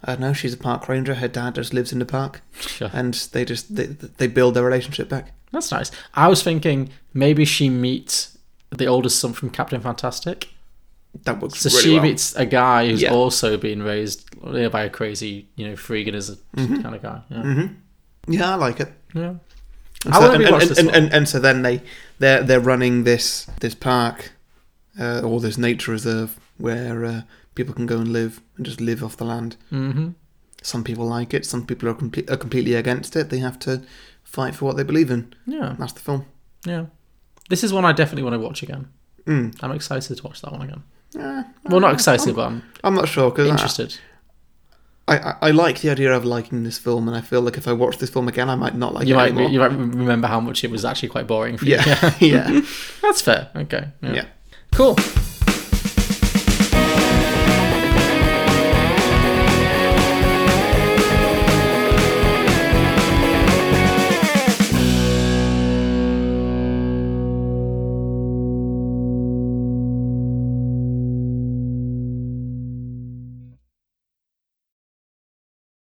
I don't know, she's a park ranger. Her dad just lives in the park,
Sure.
and they just they, they build their relationship back.
That's nice. I was thinking maybe she meets the oldest son from Captain Fantastic.
That works
So
really
she
well.
meets a guy who's
Yeah.
also been raised by a crazy, you know, freegan is a
Mm-hmm.
kind of guy. Yeah.
yeah, I like it.
yeah.
And
I
so,
wanna
and,
rewatch
and,
this
and,
one.
and, and so then they they're they're running this this park uh, or this nature reserve where uh, people can go and live and just live off the land.
Mm-hmm.
Some people like it. Some people are, comple- are completely against it. They have to fight for what they believe in.
Yeah.
That's the film.
Yeah. This is one I definitely want to watch again.
Mm.
I'm excited to watch that one again.
Eh,
Well, not
I'm-
excited,
I'm,
but I'm
I'm not sure because
interested.
I, I, I like the idea of liking this film, and I feel like if I watch this film again, I might not like
you
it
might
anymore.
you might remember how much it was actually quite boring for you.
yeah, yeah,
That's fair. Okay.
yeah.
Cool.